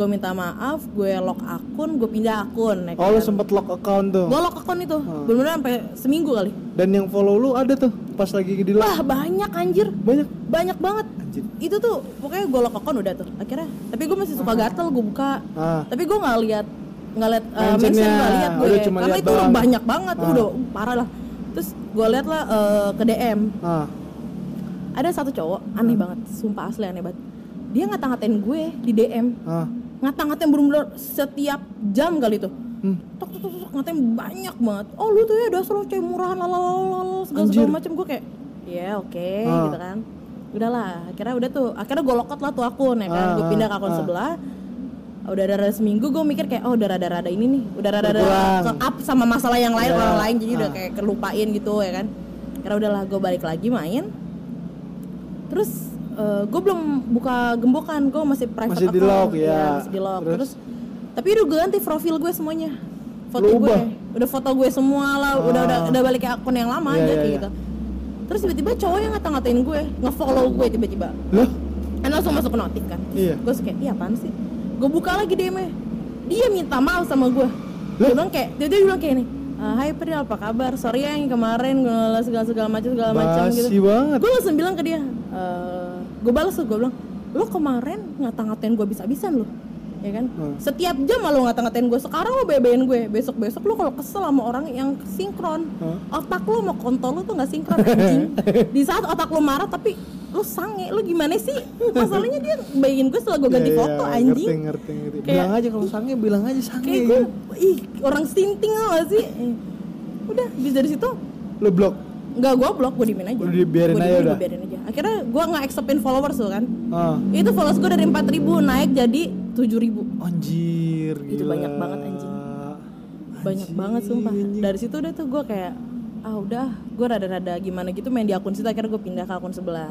C: gue minta maaf gue lock akun gue pindah akun ya
B: Oh, lu
C: kan.
B: sempet Oh. lock account tuh.
C: gue lock akun itu bener-bener sampai seminggu kali
B: Dan yang follow lu ada tuh pas lagi di lock.
C: wah banyak anjir
B: Banyak.
C: banyak banget
B: Anjir.
C: itu tuh pokoknya gue lock akun udah tuh akhirnya tapi gue masih suka gatel gue buka
B: Ah.
C: tapi gue nggak lihat nggak lihat uh,
B: Mentionnya.
C: mention nggak lihat gue
B: Udah cuma
C: karena
B: lihat
C: itu
B: doang.
C: banyak banget
B: Ah.
C: udah uh, parah lah terus gue lihat lah uh, ke DM
B: Ah.
C: ada satu cowok aneh banget sumpah asli aneh banget dia ngata-ngatain gue di DM
B: Ah.
C: ngata-ngatain bener-bener setiap jam kali itu
B: Hmm.
C: tok tok tok tok, ngatain banyak banget oh lu tuh ya dasar lu cewek murahan lalalala segala segala
B: Anjir.
C: macam gue kayak ya oke
B: Ah.
C: gitu kan udahlah akhirnya udah tuh akhirnya gue lokot lah tuh akun ya kan
B: Ah,
C: gue pindah ke akun
B: ah.
C: sebelah udah ada rada seminggu gue mikir kayak oh udah rada rada ini nih udah rada rada
B: Berkurang.
C: ke up sama masalah yang lain
B: Ya,
C: orang lain jadi udah
B: ah.
C: kayak kelupain gitu ya kan karena udahlah gue balik lagi main terus gue belum buka gembokan gue masih private
B: Masih di
C: account.
B: lock, ya.
C: Iya, masih di lock
B: Terus?
C: terus, tapi udah gue ganti profil gue semuanya foto
B: Lu
C: gue
B: ubah?
C: udah foto gue semua lah udah
B: Ah.
C: udah udah balik ke akun yang
B: Iya,
C: lama aja
B: iya,
C: kayak
B: iya.
C: gitu terus tiba-tiba cowok yang ngata-ngatain gue ngefollow gue tiba-tiba
B: Loh,
C: kan langsung masuk ke notif kan
B: Iya.
C: gue suka iya apaan sih gue buka lagi DM-nya dia minta maaf sama gue
B: Lah?
C: dia bilang kayak dia, dia bilang kayak ini "Ah, Hai Pril apa kabar sorry ya yang kemarin gue segala segala macam segala macam gitu
B: basi banget.
C: gue langsung bilang ke dia eh gue balas tuh gue bilang lo kemarin ngata-ngatain gue bisa-bisan lo ya kan
B: Hmm.
C: setiap jam lo ngata-ngatain gue sekarang lo bebain gue besok besok lo kalau kesel sama orang yang sinkron
B: Hmm.
C: otak lo mau kontol lo tuh nggak sinkron
B: *laughs*
C: anjing di saat otak lo marah tapi lo sange lo gimana sih masalahnya dia bayin gue setelah gue ganti
B: Iya, iya,
C: foto anjing
B: Ngerti, ngerti, ngerti.
C: Kayak-
B: bilang aja kalau sange, bilang aja sange.
C: kayak gue ih orang stinting lo gak sih Eh, udah habis dari situ
B: Lu blok.
C: Enggak, gue blok, gue dimin aja
B: Udah dibiarin
C: Gua
B: aja
C: dimin,
B: udah?
C: gua biarin aja Akhirnya gue nggak acceptin followers tuh kan
B: Ah.
C: Itu followers gue dari 4000 naik jadi 7000
B: Anjir, gila.
C: Itu banyak banget, anjing. Banyak
B: Anjing,
C: banget sumpah
B: anjing.
C: Dari situ udah tuh gue kayak Ah udah, gue rada-rada gimana gitu main di akun situ Akhirnya gue pindah ke akun sebelah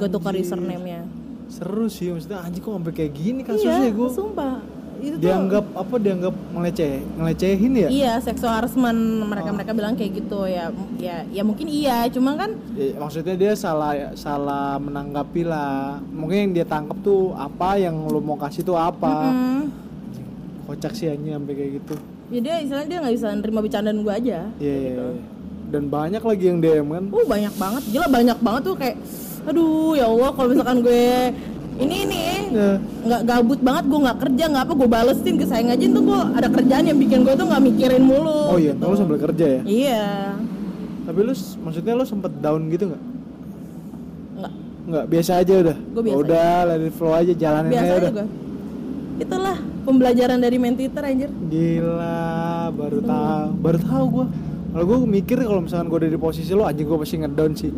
C: Gue tukar
B: Anjir.
C: username-nya
B: Seru sih, maksudnya anjing kok sampai kayak gini kasusnya
C: Iya,
B: gue.
C: sumpah itu tuh-
B: Dianggap apa? Dianggap ngeleceh, ngelecehin ya? Ah.
C: Iya, seksual harassment mereka-mereka bilang kayak gitu ya, ya, ya mungkin iya, cuma kan
B: Ya, maksudnya dia salah salah menanggapi lah. Mungkin yang dia tangkap tuh apa yang lu mau kasih tuh apa.
C: hmm,
B: Kocak sih anjing sampai kayak gitu.
C: ya dia istilahnya dia nggak bisa nerima bercandaan gue aja.
B: Iya. iya, iya. Dan banyak lagi yang DM kan.
C: Uh banyak banget, gila banyak banget tuh kayak aduh ya Allah kalau misalkan gue ini ini
B: Ya.
C: nggak gabut banget gue nggak kerja nggak apa gue balesin ke sayang aja tuh gue ada kerjaan yang bikin gue tuh nggak mikirin mulu
B: Oh iya,
C: gitu.
B: kamu sambil kerja ya.
C: iya
B: Tapi lu s- maksudnya lu sempet down gitu nggak?
C: nggak
B: Nggak, biasa aja udah. Ya
C: Gua biasa
B: udah, let it flow aja, jalanin
C: biasa
B: aja
C: aja
B: udah.
C: gue itulah pembelajaran dari main Twitter anjir
B: Gila, baru tahu, baru tahu gua. Kalau gua mikir kalau misalkan gua ada di posisi lu anjing gua pasti ngedown sih.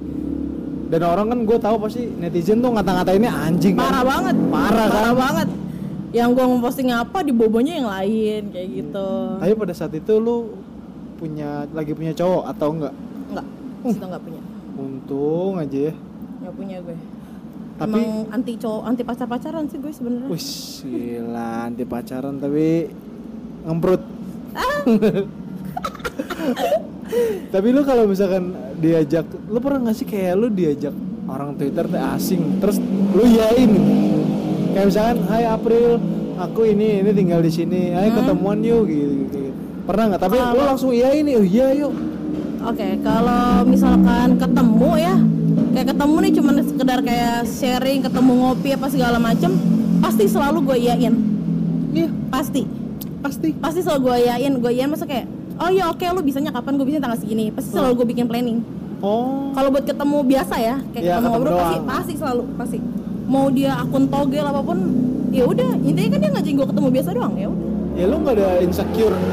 B: Dan orang kan gua tahu pasti netizen tuh ngata-ngatainnya anjing.
C: parah
B: kan.
C: banget
B: Parah, kan?
C: banget yang gua ngeposting apa di bobonya yang lain kayak gitu
B: Tapi pada saat itu lu punya lagi punya cowok atau enggak?
C: nggak itu nggak punya
B: Untung aja ya.
C: nggak punya gue
B: Tapi
C: emang anti cowok anti pacar pacaran sih gue sebenarnya
B: wih gila anti pacaran tapi ngemprut. *laughs* tapi lu kalau misalkan diajak, lu pernah nggak sih kayak lu diajak orang Twitter teh asing, terus lu yain gitu. Kayak misalkan, "Hai April, aku ini ini tinggal di sini. Ayo ketemuan yuk." gitu. gitu, gitu. Pernah nggak? Tapi lu
C: Kalau-
B: langsung iya ini, oh iya yuk.
C: oke kalau misalkan ketemu ya kayak ketemu nih cuman sekedar kayak sharing ketemu ngopi apa segala macem pasti selalu gue iyain
B: Iya,
C: pasti
B: pasti.
C: pasti selalu gue iyain gue iyain masa kayak oh ya oke lu bisanya kapan gue bisa tanggal segini pasti
B: Hmm.
C: selalu gue bikin planning
B: Oh.
C: kalau buat ketemu biasa ya kayak
B: Iya,
C: ketemu
B: ketemu
C: ngobrol pasti
B: doang.
C: pasti selalu pasti mau dia akun togel apapun ya udah intinya kan dia ngajakin gue ketemu biasa doang ya udah
B: Ya lu nggak ada insecure. *laughs*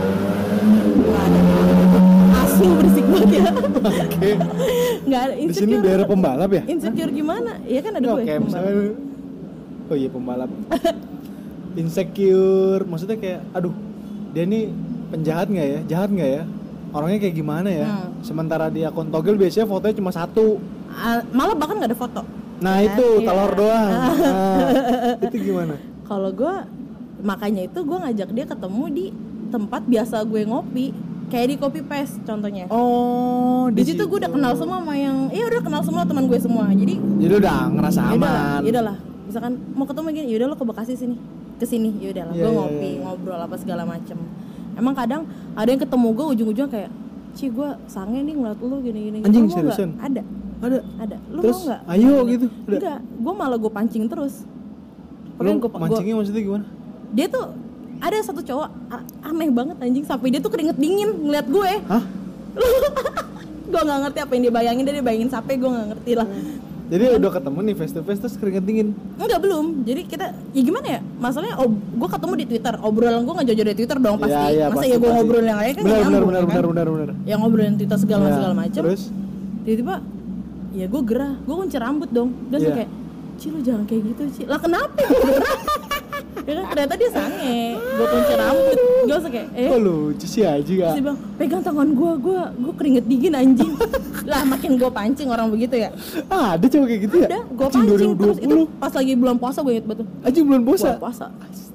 C: Nggak ada. asu berisik banget ya *laughs*
B: Oke.
C: nggak ada
B: Di
C: insecure
B: sini daerah pembalap ya?
C: insecure gimana ya kan ada
B: Oke,
C: gue
B: misalnya Oh iya pembalap.
C: *laughs*
B: Insecure, maksudnya kayak aduh, dia nih penjahat nggak ya? Jahat nggak ya? Orangnya kayak gimana ya?
C: Hmm.
B: Sementara di akun togel biasanya fotonya cuma satu.
C: Ah, malah bahkan nggak ada foto
B: Nah,
C: Kan,
B: itu
C: iya.
B: telur doang.
C: *laughs*
B: Nah, itu gimana?
C: kalau gue makanya itu gue ngajak dia ketemu di tempat biasa gue ngopi kayak di kopi pes contohnya
B: Oh,
C: di situ gue udah kenal semua sama yang iya udah kenal semua teman gue semua jadi ya
B: Jadi udah ngerasa
C: Yaudah,
B: aman.
C: yaudah lah. Misalkan mau ketemu gini, yaudah lo ke Bekasi sini, ke sini, yaudah lah.
B: Iya,
C: gue
B: iya,
C: ngopi,
B: iya.
C: ngobrol apa segala macem. Emang kadang ada yang ketemu gue ujung-ujung kayak, Ci gue sange nih ngeliat lo gini-gini. Lo
B: Anjing,
C: mau nggak?"
B: seriusan?
C: Ada,
B: Ada.
C: ada. Lo
B: Terus,
C: mau nggak?
B: ayo gitu. Udah.
C: Enggak, gue malah gue pancing terus.
B: Lu
C: Pokoknya gua- gua-
B: mancingnya maksudnya gimana?
C: dia tuh ada satu cowok a- aneh banget anjing sampai dia tuh keringet dingin ngeliat gue *laughs*
B: Hah?
C: gue nggak ngerti apa yang dia bayangin dia, dia bayangin sampai gue nggak ngerti lah
B: Jadi udah ketemu nih face to face terus keringet dingin.
C: Enggak belum. Jadi kita ya gimana ya? Masalahnya ob, gue ketemu di Twitter. Obrolan gue nggak jauh-jauh dari Twitter
B: Iya,
C: dong pasti. Masa ya gue ngobrol yang lain kan
B: benar,
C: nggak
B: benar,
C: nyambung,
B: benar,
C: kan?
B: benar, benar, benar.
C: Yang ngobrolin Twitter segala
B: Ya,
C: segala macam.
B: Terus
C: Tiba-tiba ya gue gerah. Gue kunci rambut dong. Dan dia
B: Iya.
C: kayak Ci lu jangan kayak gitu Ci Lah kenapa gue gerah? *laughs* ya kan ternyata dia sange Gue kunci rambut Gue langsung kayak eh
B: kok lucu sih ah? aja
C: Terus
B: gak?
C: dia bilang, pegang tangan gue, gue gue keringet dingin
B: *laughs*
C: anjing Lah makin gue pancing orang begitu ya
B: Ah, ada cowok kayak gitu ya?
C: Udah, gue pancing terus itu
B: 2020.
C: pas lagi bulan puasa gue inget betul
B: Aja bulan puasa.
C: Bulan puasa
B: Astaga.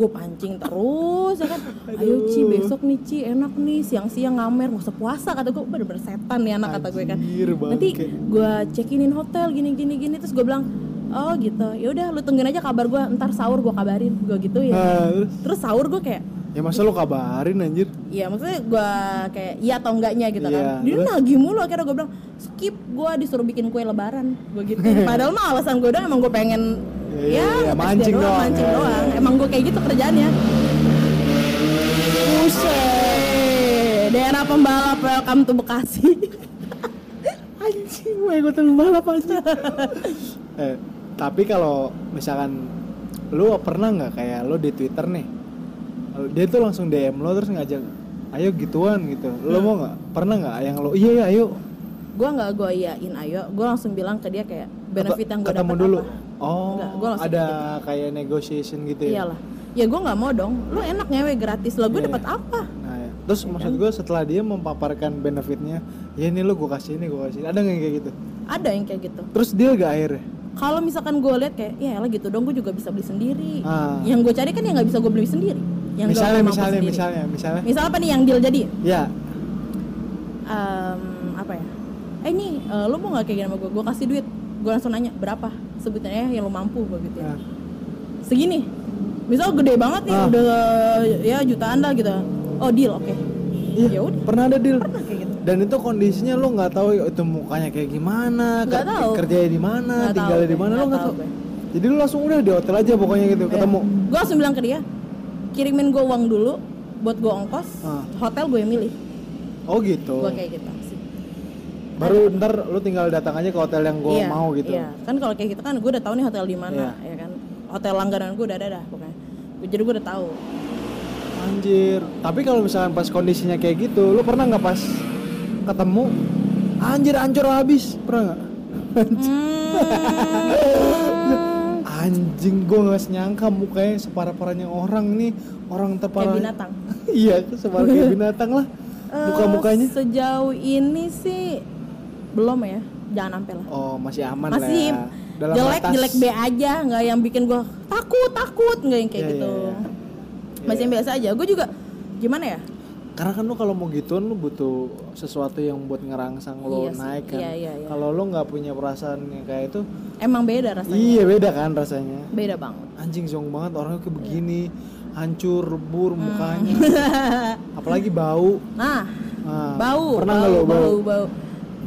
C: gue pancing terus ya
B: *laughs*
C: kan ayo Ci besok nih Ci enak nih siang-siang ngamer nggak usah puasa kata gue bener-bener setan nih anak kata gue kan
B: Anjir, gitu.
C: nanti
B: bangke.
C: gue check-inin hotel gini gini gini terus gue bilang oh gitu ya udah lu tungguin aja kabar gue ntar sahur gue kabarin gue gitu ya
B: Ah, terus.
C: terus sahur gue kayak
B: ya masa lo kabarin anjir?
C: Iya maksudnya gue kayak iya atau enggaknya gitu
B: Iya,
C: kan Dia
B: terus?
C: nagih mulu akhirnya gue bilang skip gue disuruh bikin kue lebaran Gue gitu *laughs* Padahal mah alasan gue doang emang gue pengen
B: Iya, iya,
C: ngetes dia
B: mancing doang,
C: mancing
B: iya,
C: doang. Emang gue kayak gitu kerjaannya Buset Daerah pembalap welcome to Bekasi *laughs*
B: Anjing, gue ikutan balap aja.
C: *laughs*
B: eh, tapi kalau misalkan lu pernah nggak kayak lo di Twitter nih? Dia tuh langsung DM lo terus ngajak ayo gituan gitu. Lo mau nggak? Pernah nggak yang lo iya ya ayo
C: Gue nggak gue iyain ayo Gue langsung bilang ke dia kayak benefit yang gue
B: ketemu
C: dapat
B: dulu.
C: apa
B: Oh,
C: Enggak, gua langsung
B: ada kayak negotiation gitu ya.
C: Iyalah Ya gue nggak mau dong Lu enak ngewe gratis lah gue
B: Iya.
C: dapat apa
B: Nah, ya. terus maksud gue setelah dia memaparkan benefitnya, ya ini lo gue kasih ini gue kasih, ini." ada nggak yang kayak gitu?
C: Ada yang kayak gitu
B: Terus dia gak akhirnya?
C: kalau misalkan gue lihat kayak ya lah gitu dong gue juga bisa beli sendiri
B: Ah.
C: yang gue cari kan yang nggak bisa gue beli sendiri yang nggak
B: misalnya,
C: gue mampu
B: misalnya,
C: sendiri.
B: misalnya, misalnya,
C: misal apa nih yang deal jadi
B: ya,
C: Em, apa ya eh nih eh, lo mau nggak kayak gini sama gue gue kasih duit gue langsung nanya berapa sebutannya yang lo mampu gue gitu
B: ya.
C: segini misal gede banget nih
B: Ah.
C: udah ya jutaan dah gitu oh deal oke
B: Iya,
C: ya udah
B: pernah ada deal.
C: pernah kayak gitu
B: Dan itu kondisinya lo nggak tahu "Oh, itu mukanya kayak gimana,
C: Nggak
B: ker-
C: tahu.
B: kerjanya di mana,
C: Nggak
B: tinggalnya
C: tahu
B: di mana,
C: gue,
B: lo
C: nggak
B: nggak tahu.
C: tahu Iya.
B: Jadi lo langsung udah di hotel aja pokoknya gitu, ketemu.
C: gue langsung bilang ke dia kirimin gue uang dulu buat gue ongkos
B: Ah.
C: hotel gue yang milih
B: Oh gitu.
C: gue kayak gitu sih
B: Baru ntar lo tinggal datang aja ke hotel yang gue
C: Iya,
B: mau gitu. Iya.
C: Iya, kan kalau kayak gitu kan gue udah tahu nih hotel di mana, ya kan. Hotel langganan gue udah ada dah pokoknya. Jadi gue udah
B: *laughs*
C: tahu.
B: Anjir. Tapi kalau misalkan pas kondisinya kayak gitu, lo pernah nggak pas ketemu anjir ancur habis, pernah nggak?
C: Hmm,
B: *laughs* anjing gue nggak nyangka mukanya separah parahnya orang nih orang terparah
C: Kayak binatang.
B: *laughs* iya separah kayak
C: *laughs*
B: binatang lah muka mukanya
C: Eh, sejauh ini sih belum ya jangan sampai lah
B: oh masih aman lah
C: masih
B: ya. Dalam
C: jelek
B: batas.
C: jelek B aja nggak yang bikin gue takut takut nggak yang kayak
B: Iya,
C: gitu
B: iya, iya.
C: masih yang biasa aja gue juga gimana ya
B: Karena kan lu kalau mau gituan lu butuh sesuatu yang buat ngerangsang lo
C: Iya sih,
B: naik kan.
C: iya, iya, iya.
B: Kalau lu nggak punya perasaan yang kayak itu,
C: emang beda rasanya
B: iya beda kan rasanya.
C: beda banget
B: Anjing zong banget orangnya kayak begini, hancur, rebur
C: Hmm. *laughs*
B: mukanya. Apalagi bau.
C: nah
B: Nah,
C: bau
B: Pernah nggak
C: bau,
B: lo bau?
C: bau bau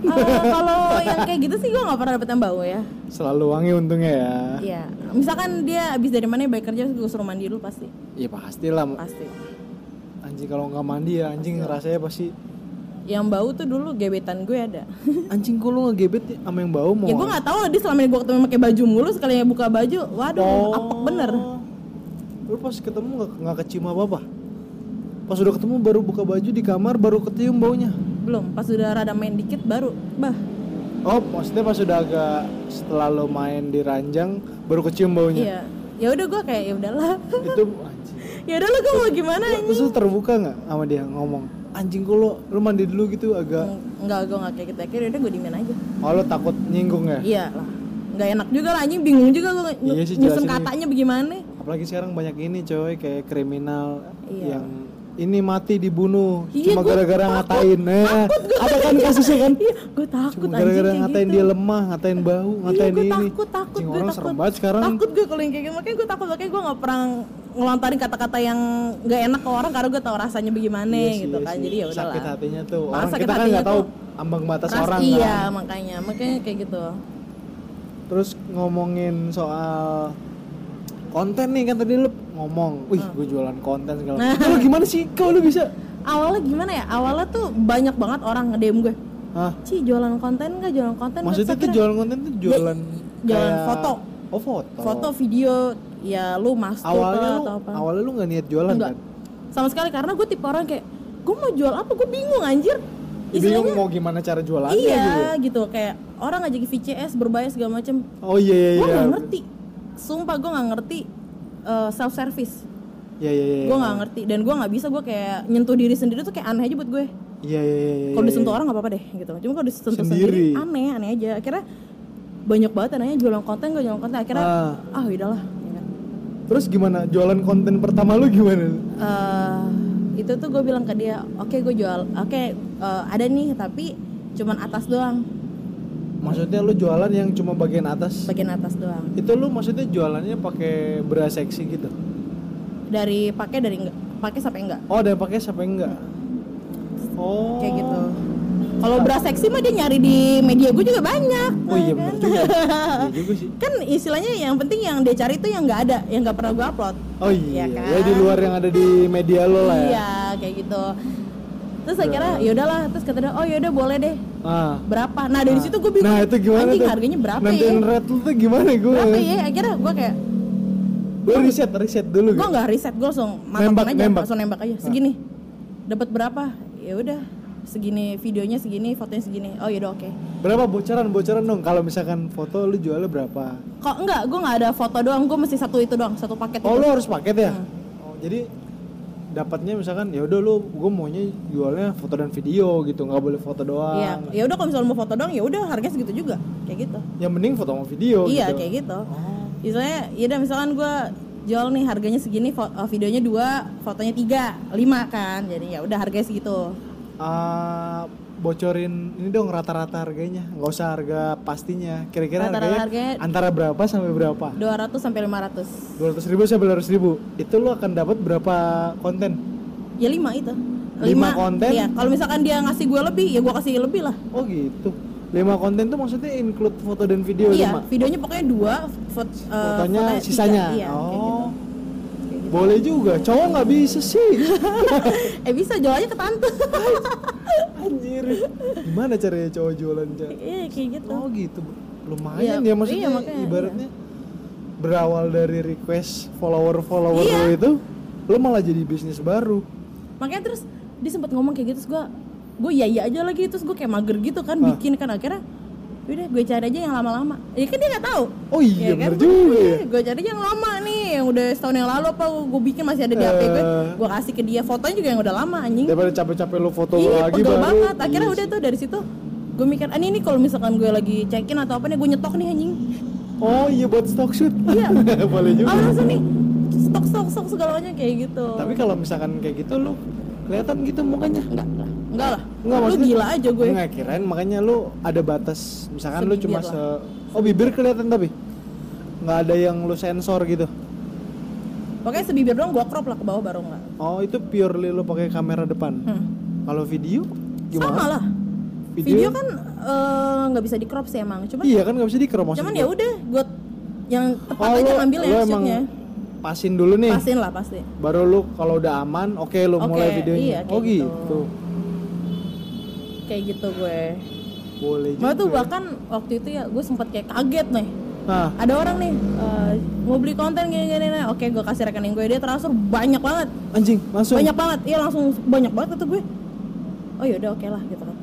C: Eh, kalau yang kayak gitu sih gue nggak pernah dapet yang bau ya
B: Selalu wangi untungnya ya.
C: Iya, misalkan dia abis dari mana ya, baik kerja gue suruh mandi dulu pasti,
B: Iya pastilah.
C: pasti.
B: Anjing kalau nggak mandi ya anjing rasanya pasti
C: Yang bau tuh dulu gebetan gue ada.
B: anjing kok lu ngegebet sama yang bau mau.
C: *laughs* ya gue nggak tahu lah dia selama ini gue ketemu pakai baju mulu sekali buka baju, waduh,
B: Oh.
C: apek bener.
B: Lu pas ketemu nggak nggak kecium apa apa? Pas udah ketemu baru buka baju di kamar baru ketium baunya.
C: Belum, pas udah rada main dikit baru, bah,
B: Oh, maksudnya pas udah agak setelah lo main di ranjang baru kecium baunya.
C: iya. Ya udah gue kayak ya udahlah, *laughs*
B: Itu anjing.
C: ya udahlah gue mau gimana ini.
B: Terus lu terbuka nggak sama dia ngomong? Anjing kok lo lu mandi dulu gitu agak
C: Enggak, gue nggak kayak gitu. Akhirnya udah gue diemin aja.
B: oh lo takut nyinggung ya?
C: Iya lah, nggak enak juga lah anjing, bingung juga gue
B: Iya sih, jelasin
C: nyusun
B: ini.
C: katanya bagaimana.
B: Apalagi sekarang banyak ini coy kayak kriminal
C: Iya.
B: yang ini mati dibunuh
C: Iya,
B: cuma
C: gua
B: gara-gara
C: takut,
B: ngatain. Nah, ada kan kasusnya kan?
C: *laughs* Iya, gue takut
B: Cuma
C: anjing
B: gara-gara
C: kayak
B: ngatain
C: gitu.
B: dia lemah, ngatain bau, ngatain
C: iya, gue
B: ini.
C: takut takut
B: Anjing,
C: gue
B: orang
C: takut
B: serem banget sekarang.
C: takut gue kalau yang kayak gitu makanya gue takut makanya gue nggak pernah ngelontarin kata-kata yang nggak enak ke orang karena gue tahu rasanya bagaimana
B: Iya sih,
C: gitu
B: iya
C: kan
B: sih.
C: jadi ya udahlah
B: Sakit hatinya tuh.
C: Malah
B: Orang
C: sakit
B: kita kan
C: hatinya
B: nggak tahu
C: tuh.
B: ambang batas
C: Ras-
B: orang
C: iya
B: kan.
C: makanya makanya kayak gitu
B: Terus ngomongin soal konten nih kan tadi lu ngomong, wih gue jualan konten segala
C: Nah.
B: macam. Lu gimana sih? Kau lu bisa?
C: awalnya gimana ya awalnya tuh banyak banget orang ngedem gue
B: Hah?
C: Ci jualan konten nggak jualan konten nggak?"
B: Maksudnya tuh
C: Terus akhirnya,
B: jualan konten tuh jualan
C: jualan
B: kayak-
C: foto.
B: Oh foto.
C: foto video ya lu masuk
B: Awalnya lu,
C: atau apa
B: awalnya lu nggak niat jualan
C: enggak
B: kan?
C: sama sekali karena gue tipe orang kayak gue mau jual apa gue bingung anjir
B: Bingung
C: Istilahnya-
B: mau gimana cara jualannya gitu. ya?
C: iya gitu kayak orang ngajakin VCS berbayar segala macem
B: Oh iya iya
C: gue
B: iya.
C: nggak ngerti sumpah gue nggak ngerti self service
B: Iya iya iya.
C: gue nggak ngerti dan gue nggak bisa gue kayak nyentuh diri sendiri tuh kayak aneh aja buat gue
B: Iya iya iya. iya,
C: kalau
B: iya.
C: disentuh orang nggak apa-apa deh gitu cuma kalau disentuh
B: Sendiri.
C: sendiri. aneh aneh aja akhirnya banyak banget yang nanya jualan konten gak jualan konten akhirnya
B: Ah.
C: ah, udahlah ya kan.
B: Terus gimana? Jualan konten pertama lu gimana?
C: Eh, itu tuh gue bilang ke dia oke gue jual oke eh, ada nih tapi cuman atas doang
B: Maksudnya lu jualan yang cuma bagian atas?
C: bagian atas doang
B: Itu lu maksudnya jualannya pakai beras seksi gitu?
C: dari pakai dari enggak pakai sampai enggak
B: Oh, ada yang pakai siapa yang enggak? Oh.
C: kayak gitu kalau beras seksi mah dia nyari di media gue juga banyak
B: Oh iya benar juga. Iya juga sih.
C: *laughs* kan istilahnya yang penting yang dia cari itu yang nggak ada yang nggak pernah gue upload
B: Oh iya, ya,
C: Iya kan?
B: di luar yang ada di media lo lah ya.
C: iya kayak gitu terus akhirnya ya udahlah terus kata dia oh ya udah boleh deh
B: Ah.
C: berapa nah dari situ gue bingung
B: Nah, itu gimana
C: anjing
B: tuh?
C: harganya berapa ya
B: Nantiin red lu tuh gimana gue?
C: berapa ya akhirnya gue kayak
B: Lu riset, riset dulu
C: gue
B: kan?
C: nggak riset gue langsung
B: Nembak,
C: mantapin aja
B: nembak. Ah.
C: langsung nembak aja segini dapat berapa ya udah segini videonya segini fotonya segini oh ya udah oke
B: Berapa bocoran, bocoran dong kalau misalkan foto lu jualnya berapa?
C: kok enggak gue nggak ada foto doang gue mesti satu itu doang satu paket
B: Oh
C: itu. Hmm.
B: lu harus paket ya? Oh, jadi dapatnya misalkan ya udah lu gue maunya jualnya foto dan video gitu nggak boleh foto doang
C: Iya, ya udah kalau misalnya mau foto doang ya udah harganya segitu juga. Kayak gitu.
B: yang Ya, mending foto sama video
C: iya,
B: gitu.
C: kayak gitu. Misalnya ya udah misalkan gua jual nih harganya segini, fo- eh, videonya dua, fotonya tiga, lima kan. Jadi ya udah harganya segitu.
B: Ah, bocorin ini dong rata-rata harganya nggak usah harga pastinya kira-kira
C: Rata-rata
B: harganya,
C: harganya-
B: antara berapa sampai berapa
C: 200 sampai 500.
B: 200.000 ribu sampai 200.000 ribu itu lo akan dapat berapa konten
C: Ya lima itu.
B: Lima konten?
C: Iya, kalau misalkan dia ngasih gua lebih, ya gua kasih lebih lah.
B: oh gitu 5 konten tuh maksudnya include foto dan video
C: iya,
B: lima?
C: videonya pokoknya dua, fot, eh,
B: fotonya
C: tiga.
B: sisanya
C: Iya,
B: oh
C: kayak gitu.
B: boleh juga cowok nggak bisa sih *laughs*
C: *laughs* Eh bisa jualnya ke tante. *laughs*
B: anjir gimana caranya cowok jualan Ca?
C: Iya, kayak gitu.
B: oh gitu lumayan
C: Iya,
B: ya maksudnya
C: iya, makanya,
B: ibaratnya berawal dari request follower follower
C: Iya.
B: lo itu lo malah jadi bisnis baru
C: makanya terus dia sempat ngomong kayak gitu terus gue gue ya ya aja lagi terus gue kayak mager gitu kan bikin kan akhirnya udah gue cari aja yang lama-lama ya kan dia nggak tahu
B: Oh iya,
C: Ya
B: bener juga ya.
C: Gue cari aja yang lama nih yang udah setahun yang lalu apa gue bikin masih ada di HP gue
B: Eh.
C: gue kasih ke dia fotonya juga yang udah lama anjing
B: daripada capek-capek lo foto
C: iya
B: lagi
C: pegel
B: baru
C: banget akhirnya
B: Iya
C: udah tuh dari situ gue mikir ah ini, ini kalau misalkan gue lagi check in atau apa nih gue nyetok nih anjing
B: sih. oh iya buat stock shoot
C: Iya.
B: *laughs* boleh juga
C: ah langsung nih stok stok stok segala macam kayak gitu
B: tapi kan kalau misalkan kayak gitu lo kelihatan gitu mukanya
C: enggak lah enggak lah
B: Enggak
C: lu
B: maksudnya-
C: gila aja gue
B: Enggak kirain makanya lu ada batas misalkan lu cuma se
C: Sebibir
B: Oh bibir kelihatan tapi nggak ada yang lu sensor gitu.
C: pokoknya sebibir doang gue crop lah ke bawah baru enggak
B: Oh itu purely lu pakai kamera depan.
C: Hmm.
B: Kalau video gimana?
C: sama lah video, kan eh, nggak bisa di crop sih emang cuman
B: Iya kan nggak bisa di crop maksud
C: cuman
B: gua.
C: ya udah gue yang tepat
B: Oh,
C: aja
B: lu-
C: ngambil
B: lu
C: ya
B: emang
C: shootnya
B: pasin dulu nih.
C: pasin lah pasti
B: Baru lu kalau udah aman, oke lu
C: Oke,
B: mulai videonya.
C: iya, kayak
B: oh
C: gitu.
B: gitu.
C: kayak gitu gue
B: Boleh juga.
C: Malah tuh bahkan waktu itu ya gue sempet kayak kaget nih
B: Nah,
C: ada orang nih eh, mau beli konten gini-gini nah. oke gue kasih rekening gue dia transfer banyak banget
B: anjing langsung.
C: banyak banget iya langsung banyak banget kata gue oh yaudah oke lah gitu kan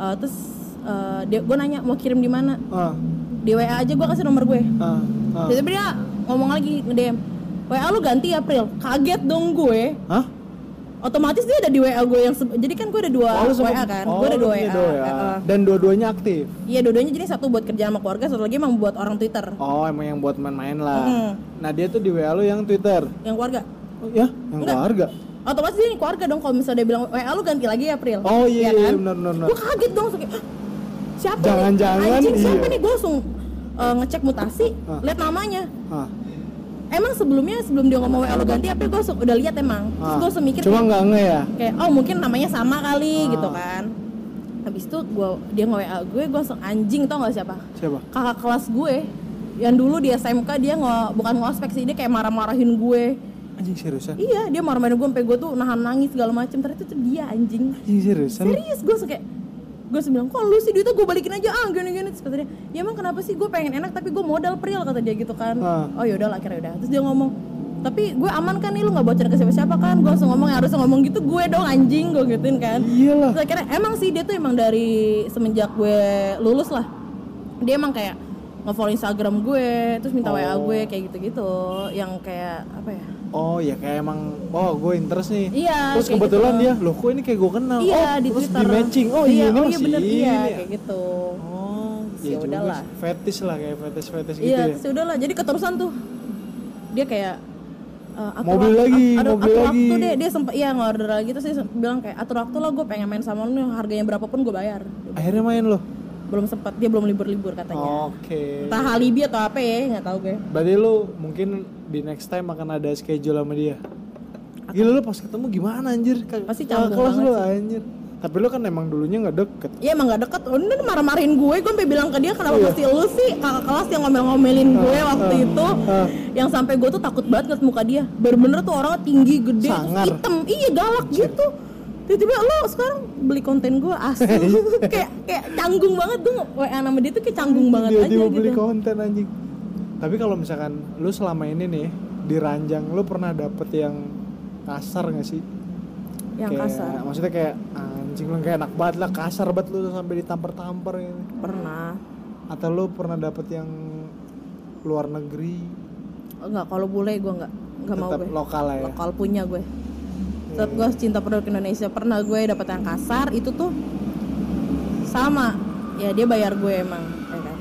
C: Eh, terus eh, dia gue nanya mau kirim di mana
B: Ah,
C: di WA aja gue kasih nomor gue
B: ah, ah.
C: Tapi dia ngomong lagi nge-DM WA lu ganti April Kaget dong gue
B: Hah?
C: Otomatis dia ada di WA gue yang se- Jadi kan gue ada dua
B: Oh, lu sama-
C: WA kan
B: oh,
C: Gue ada
B: lu
C: dua eh.
B: punya
C: WA
B: dua ya.
C: Heeh.
B: Dan dua-duanya aktif.
C: Iya dua-duanya jadi satu buat kerja sama keluarga Satu lagi emang buat orang Twitter
B: Oh, emang yang buat main-main lah.
C: Mm-mm.
B: Nah, dia tuh di WA lu yang Twitter.
C: Yang keluarga
B: Oh, ya, yang
C: Enggak.
B: keluarga.
C: Otomatis dia yang keluarga dong Kalau misalnya dia bilang WA lu ganti lagi ya April
B: Oh iya, iya,
C: kan?
B: benar benar. benar.
C: Gue kaget dong langsung kayak, "Hah? Siapa
B: Jangan-jangan,
C: nih? Anjing siapa
B: iya.
C: nih Gue langsung eh, ngecek mutasi
B: Ah.
C: Lihat namanya
B: Ah,
C: Emang sebelumnya sebelum dia ngomong WA lu ganti April Gue langsung udah lihat emang Terus
B: ah.
C: gue langsung mikir
B: Cuma nggak nge ya.
C: kayak oh mungkin namanya sama kali
B: Ah.
C: gitu kan habis itu gua dia nge WA gue gue langsung anjing tau gak siapa
B: Siapa?
C: kakak kelas gue yang dulu di SMK dia nggak bukan ngospek sih dia kayak marah-marahin gue
B: Anjing seriusan.
C: iya dia marah-marahin gue sampai gue tuh nahan nangis segala macem ternyata itu dia anjing
B: Anjing seriusan.
C: serius gue suka gue bilang kok lu sih duitnya gue balikin aja ah gini gini terus kata dia ya emang kenapa sih gue pengen enak tapi gue modal pril kata dia gitu kan
B: Ah.
C: oh yaudah lah akhirnya udah terus dia ngomong tapi gue aman kan nih lu nggak bocorin ke siapa siapa kan gue langsung ngomong yang harus ngomong gitu gue dong anjing gue gituin kan
B: Iyalah.
C: terus akhirnya emang sih dia tuh emang dari semenjak gue lulus lah dia emang kayak nge-follow Instagram gue terus minta WA
B: Oh.
C: gue kayak gitu-gitu yang kayak apa ya
B: Oh ya kayak emang oh gue interest nih.
C: Iya,
B: Terus
C: kayak
B: kebetulan
C: gitu.
B: dia, loh kok ini kayak gue kenal.
C: iya
B: oh,
C: di
B: terus
C: Twitter
B: di matching. Oh iya, ini
C: oh,
B: masih
C: iya bener iya
B: ini.
C: kayak gitu
B: Oh,
C: Ya
B: iya juga
C: udahlah.
B: sih. Fetish lah kayak fetish-fetish gitu
C: Iya,
B: ya.
C: terus udah lah. Jadi keterusan tuh. Dia kayak eh, atur
B: Mobil
C: wak-
B: lagi,
C: at- aduh,
B: mobil
C: atur
B: lagi.
C: waktu deh. Dia sempat iya ngorder lagi terus dia sem- bilang kayak atur waktu lah gue pengen main sama lu nih, harganya berapapun gue bayar.
B: Akhirnya main loh.
C: Belum sempat, dia belum
B: Oh.
C: libur-libur katanya.
B: Oke.
C: Entah alibi atau apa ya, nggak tahu gue.
B: Berarti lu mungkin di next time akan ada schedule sama dia. Gila lu pas ketemu gimana anjir? Ke-
C: Pasti
B: kakak
C: canggung
B: kelas
C: banget
B: lu anjir. Tapi lu kan emang dulunya nggak deket.
C: Iya emang gak deket, oh, ini dia marah-marahin gue, gue sampai bilang ke dia kenapa mesti lu sih kakak kelas yang ngomel-ngomelin gue waktu itu
B: Iya. ah.
C: Yang sampai gue tuh takut banget ngeliat muka dia, bener-bener tuh orangnya tinggi, gede,
B: Sangar.
C: terus hitam, iya galak gitu Tiba-tiba lo sekarang beli konten gue
B: *laughs*
C: asli,
B: Iya.
C: kayak kayak canggung banget, gue nge- WA nama dia tuh kayak canggung banget
B: dia,
C: aja
B: dia mau
C: gitu
B: beli konten anjing. Tapi kalau misalkan lu selama ini nih di ranjang lu pernah dapet yang kasar gak sih?
C: Yang
B: Kayak-
C: kasar,
B: Maksudnya kayak anjing lu gak enak banget lah kasar banget lu sampai ditampar-tampar gitu.
C: pernah
B: Atau lu pernah dapet yang luar negeri
C: Enggak, kalau bule gue enggak, enggak mau
B: tetap
C: gue
B: lokal lah ya.
C: lokal punya gue saat gue cinta produk Indonesia pernah gue dapet yang kasar itu tuh sama ya dia bayar gue emang ya kan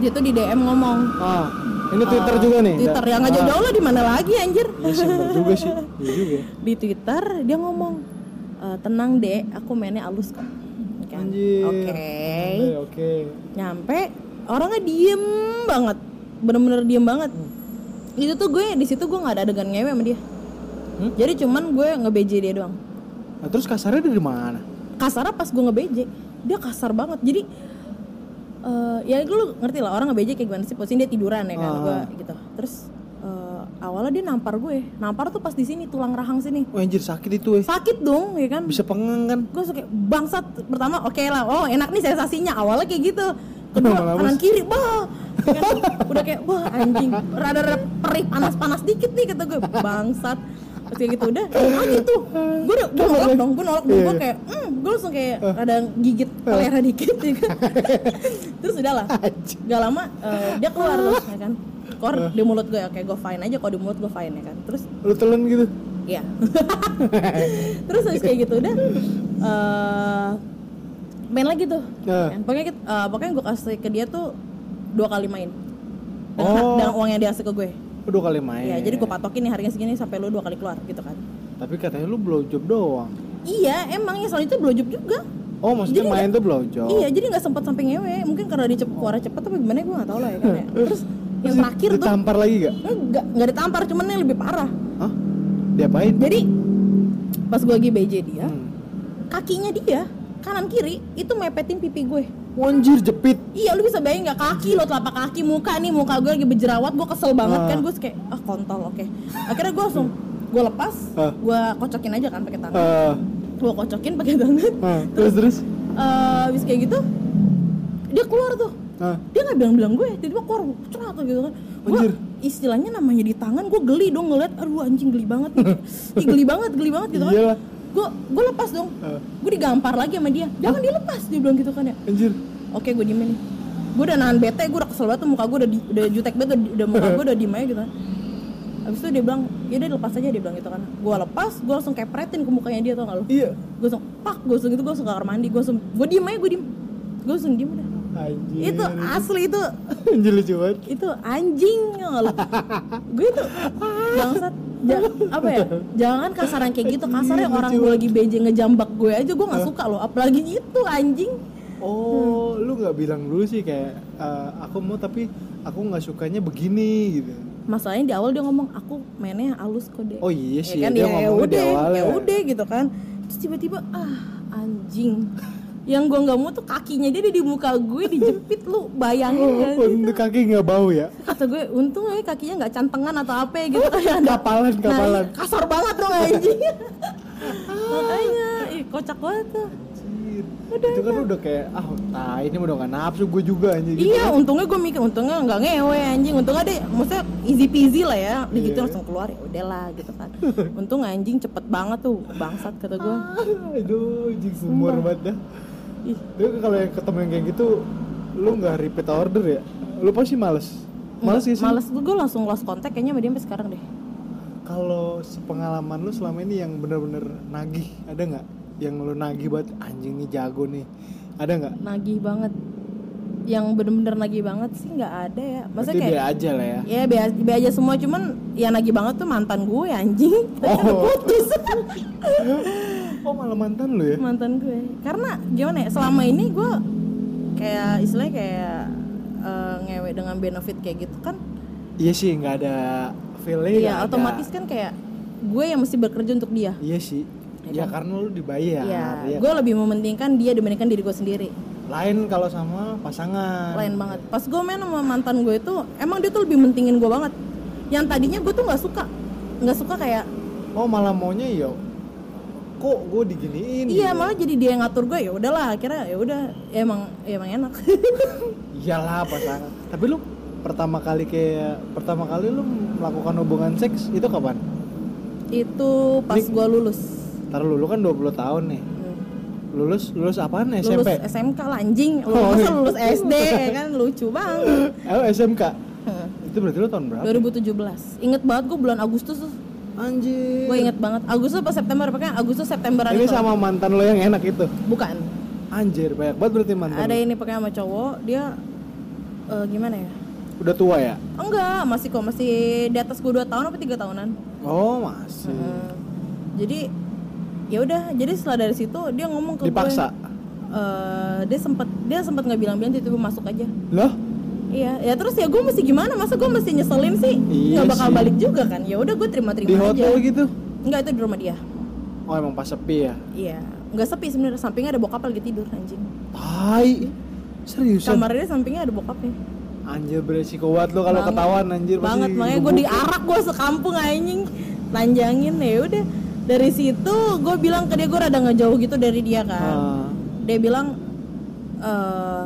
C: dia tuh di DM ngomong
B: Ah, ini Twitter juga nih. Ah.
C: Twitter
B: Da-
C: yang nggak jauh-jauh lah di mana lagi anjir
B: Iya sih, bener juga
C: *laughs*
B: sih. Iya juga ya.
C: di Twitter dia ngomong "E, tenang deh aku mainnya alus kok Ya kan?
B: Anjir.
C: oke
B: Santai, Oke.
C: nyampe orangnya diem banget bener-bener diem banget itu tuh gue di situ gue nggak ada adegan ngewe sama dia
B: Hmm?
C: jadi cuman gue ngebeje dia doang
B: Nah, terus kasarnya dari mana?
C: kasarnya pas gue ngebeje dia kasar banget jadi eh, ya lu ngerti lah orang ngebeje kayak gimana sih posisinya dia tiduran ya kan
B: Ah.
C: gue gitu terus eh, awalnya dia nampar gue nampar tuh pas di sini tulang rahang sini
B: Wah anjir sakit itu eh.
C: sakit dong ya kan
B: Bisa pengang kan?
C: gue suka bangsat pertama oke lah oh enak nih sensasinya awalnya kayak gitu kedua
B: Lama-lama
C: kanan kiri wah Ya kan? udah kayak wah anjing rada rada perih panas panas dikit nih kata gue bangsat Terus kayak gitu udah ah gitu gue udah gue nolak dong gue nolak dong gue kayak hmm gue langsung kayak rada gigit kolera dikit ya kan terus udah lah gak lama eh, dia keluar tuh ya kan keluar di mulut gue oke gue fine aja kalau di mulut gue fine ya kan terus
B: lu telan gitu
C: Iya. *laughs* Terus habis kayak gitu udah eh main lagi tuh.
B: Nah.
C: Pokoknya kita, eh, pokoknya gue kasih ke dia tuh dua kali main. Dan,
B: Oh.
C: dan uang yang dia kasih ke gue.
B: Udah kali main.
C: Iya, jadi gue patokin nih harganya segini sampai lu dua kali keluar gitu kan.
B: Tapi katanya lu blowjob doang.
C: Iya, emang yang selanjutnya blowjob juga.
B: Oh, maksudnya
C: Jadi
B: main tuh blowjob.
C: Iya, jadi nggak sempat sampai ngewe. Mungkin karena dia cepet keluar cepet tapi gimana gue nggak tahu lah ya *laughs* kan ya. Terus yang terakhir tuh
B: ditampar lagi gak?
C: enggak nggak ditampar cuman yang lebih parah.
B: Hah? Diapain?
C: Jadi pas gue lagi BJ dia,
B: Hmm.
C: kakinya dia kanan kiri itu mepetin pipi gue
B: Wanjir Oh, jepit.
C: iya lu bisa bayangin nggak kaki lo telapak kaki muka nih muka gue lagi berjerawat gue kesel banget kan gue kayak ah kontol oke akhirnya gue langsung gue lepas
B: Ah.
C: gue kocokin aja kan pakai tangan
B: Eh,
C: gue kocokin pakai tangan
B: eh, terus terus.
C: Eh, habis kayak gitu dia keluar tuh
B: Eh,
C: dia nggak bilang-bilang gue tiba-tiba keluar cerah atau gitu kan gue
B: Anjir.
C: istilahnya namanya di tangan gue geli dong ngeliat aduh anjing geli banget
B: *laughs*
C: nih Ih, geli banget geli banget gitu
B: Iyalah.
C: kan gue gue lepas dong
B: Eh.
C: gue digampar lagi sama dia jangan dilepas dia bilang gitu kan ya
B: anjir.
C: oke gue diemin nih gue udah nahan bete gue udah kesel banget tuh muka gue udah di- udah jutek banget udah, udah muka gue udah diem aja gitu kan abis itu dia bilang ya udah lepas aja dia bilang gitu kan gue lepas gue langsung kepretin ke mukanya dia tau gak lu
B: Iya.
C: gue langsung pak gue langsung gitu gue langsung ke kamar mandi gue langsung gue diem aja gue diem gue langsung diem udah
B: Anjir.
C: itu asli itu
B: Anjir lucu banget.
C: itu anjing loh gue itu bangsat ja- apa ya jangan kasaran kayak gitu kasarnya orang gue lagi beje ngejambak gue aja gue nggak suka loh apalagi itu anjing
B: Oh,
C: Hmm.
B: lu nggak bilang dulu sih kayak eh, aku mau tapi aku nggak sukanya begini gitu.
C: masalahnya di awal dia ngomong aku mainnya halus kok deh
B: Oh iya sih,
C: ya kan
B: dia
C: ya, ya
B: ngomongnya di
C: udah
B: awal
C: ya
B: ya.
C: udah gitu kan terus tiba-tiba ah anjing yang gue nggak mau tuh kakinya dia ada di muka gue dijepit lu bayangin gak sih?
B: *laughs* Untuk kaki nggak Oh, bau ya?
C: kata gue untung aja kakinya nggak cantengan atau apa
B: *laughs*
C: ya gitu kan ada
B: Kapalan,
C: Nah,
B: kapalan.
C: iya, kasar banget dong
B: *laughs*
C: anjing makanya ih kocak banget tuh
B: Anjir. itu kan udah kayak ah tai ini udah gak nafsu gue juga anjir gitu.
C: Iya, untungnya gue mikir, untungnya nggak ngewe anjing, untungnya deh, maksudnya easy peasy lah ya, di gitu
B: Iya.
C: langsung keluar ya udahlah gitu
B: *laughs*
C: kan. Untung anjing cepet banget tuh, bangsat kata gue.
B: *laughs* Aduh, anjing humor banget dah.
C: Ih.
B: Tapi kalau yang ketemu yang kayak gitu, lu nggak repeat order ya? Lu pasti males. Males gak sih?
C: Males gue, gue langsung lost contact kayaknya sama dia sampai sekarang deh.
B: Kalau sepengalaman lu selama ini yang bener-bener nagih, ada nggak? Yang lu nagih banget, anjing nih jago nih. Ada nggak?
C: Nagih banget, yang bener-bener nagih banget sih nggak ada ya.
B: Berarti
C: Maksudnya kayak
B: dia aja lah ya.
C: Ya biasa, aja semua cuman ya nagih banget tuh mantan gue anjing.
B: Oh.
C: *laughs* Putus Iya.
B: *laughs* Oh malah mantan lu ya?
C: mantan gue. Karena gimana ya selama ini gue kayak istilahnya kayak eh, ngewe dengan benefit kayak gitu kan.
B: Iya sih, nggak ada feeling. nggak
C: Iya
B: ada.
C: otomatis kan kayak gue yang mesti bekerja untuk dia.
B: Iya sih. Ya karena lu dibayar.
C: kan?
B: ya.
C: Iya, gue lebih mementingkan dia dibandingkan diri gue sendiri.
B: Lain kalau sama pasangan.
C: Lain banget. Pas gue main sama mantan gue itu, emang dia tuh lebih mentingin gue banget. Yang tadinya gue tuh nggak suka, nggak suka kayak
B: Oh malah maunya ya kok gue diginiin gitu.
C: Iya, malah jadi dia yang ngatur gue. Ya udahlah, akhirnya ya udah ya emang ya emang enak. *laughs*
B: iyalah pasangan tapi lu pertama kali kayak pertama kali lu melakukan hubungan seks itu kapan?
C: itu pas
B: Ini-
C: gue lulus.
B: Ntar lu, lu kan 20 tahun nih
C: Hmm.
B: lulus lulus apaan
C: Lulus
B: SMP?
C: SMK lah anjing. Lu
B: Oh,
C: masa
B: iya.
C: lulus SD ya kan lucu
B: *laughs*
C: banget.
B: Eh SMK
C: Hmm.
B: itu berarti lu tahun berapa?
C: 2017. Ingat banget gue bulan Agustus tuh.
B: Anjir
C: Gue inget banget. Agustus apa September? Pokoknya Agustus September
B: ini sama mantan lo yang enak itu
C: Bukan.
B: anjir banyak banget berarti mantan
C: Ada
B: lu.
C: ini pokoknya sama cowok, dia eh, gimana ya?
B: udah tua ya?
C: Enggak, masih kok masih di atas gue 2 tahun apa 3 tahunan.
B: oh masih
C: Hmm. Jadi ya udah, jadi setelah dari situ dia ngomong ke
B: dipaksa
C: gue. Eh, dia sempet dia sempet nggak bilang-bilang tiba-tiba masuk aja
B: loh?
C: iya ya terus ya gue mesti gimana masa gue mesti nyeselin sih
B: Iya
C: nggak bakal
B: sih.
C: balik juga kan ya udah gue terima-terima
B: di
C: aja
B: hotel gitu?
C: nggak itu di rumah dia
B: oh emang pas sepi ya?
C: iya nggak sepi sebenarnya sampingnya ada bokap lagi tidur anjing
B: tai seriusan?
C: kamar dia sampingnya ada bokapnya
B: Anjir beresiko banget lo kalau
C: Banget.
B: ketahuan anjir pasti
C: banget makanya gue
B: gebuk.
C: diarak gue sekampung anjing lanjangin ya udah dari situ gue bilang ke dia gue rada ngejauh gitu dari dia kan
B: Ah.
C: dia bilang eh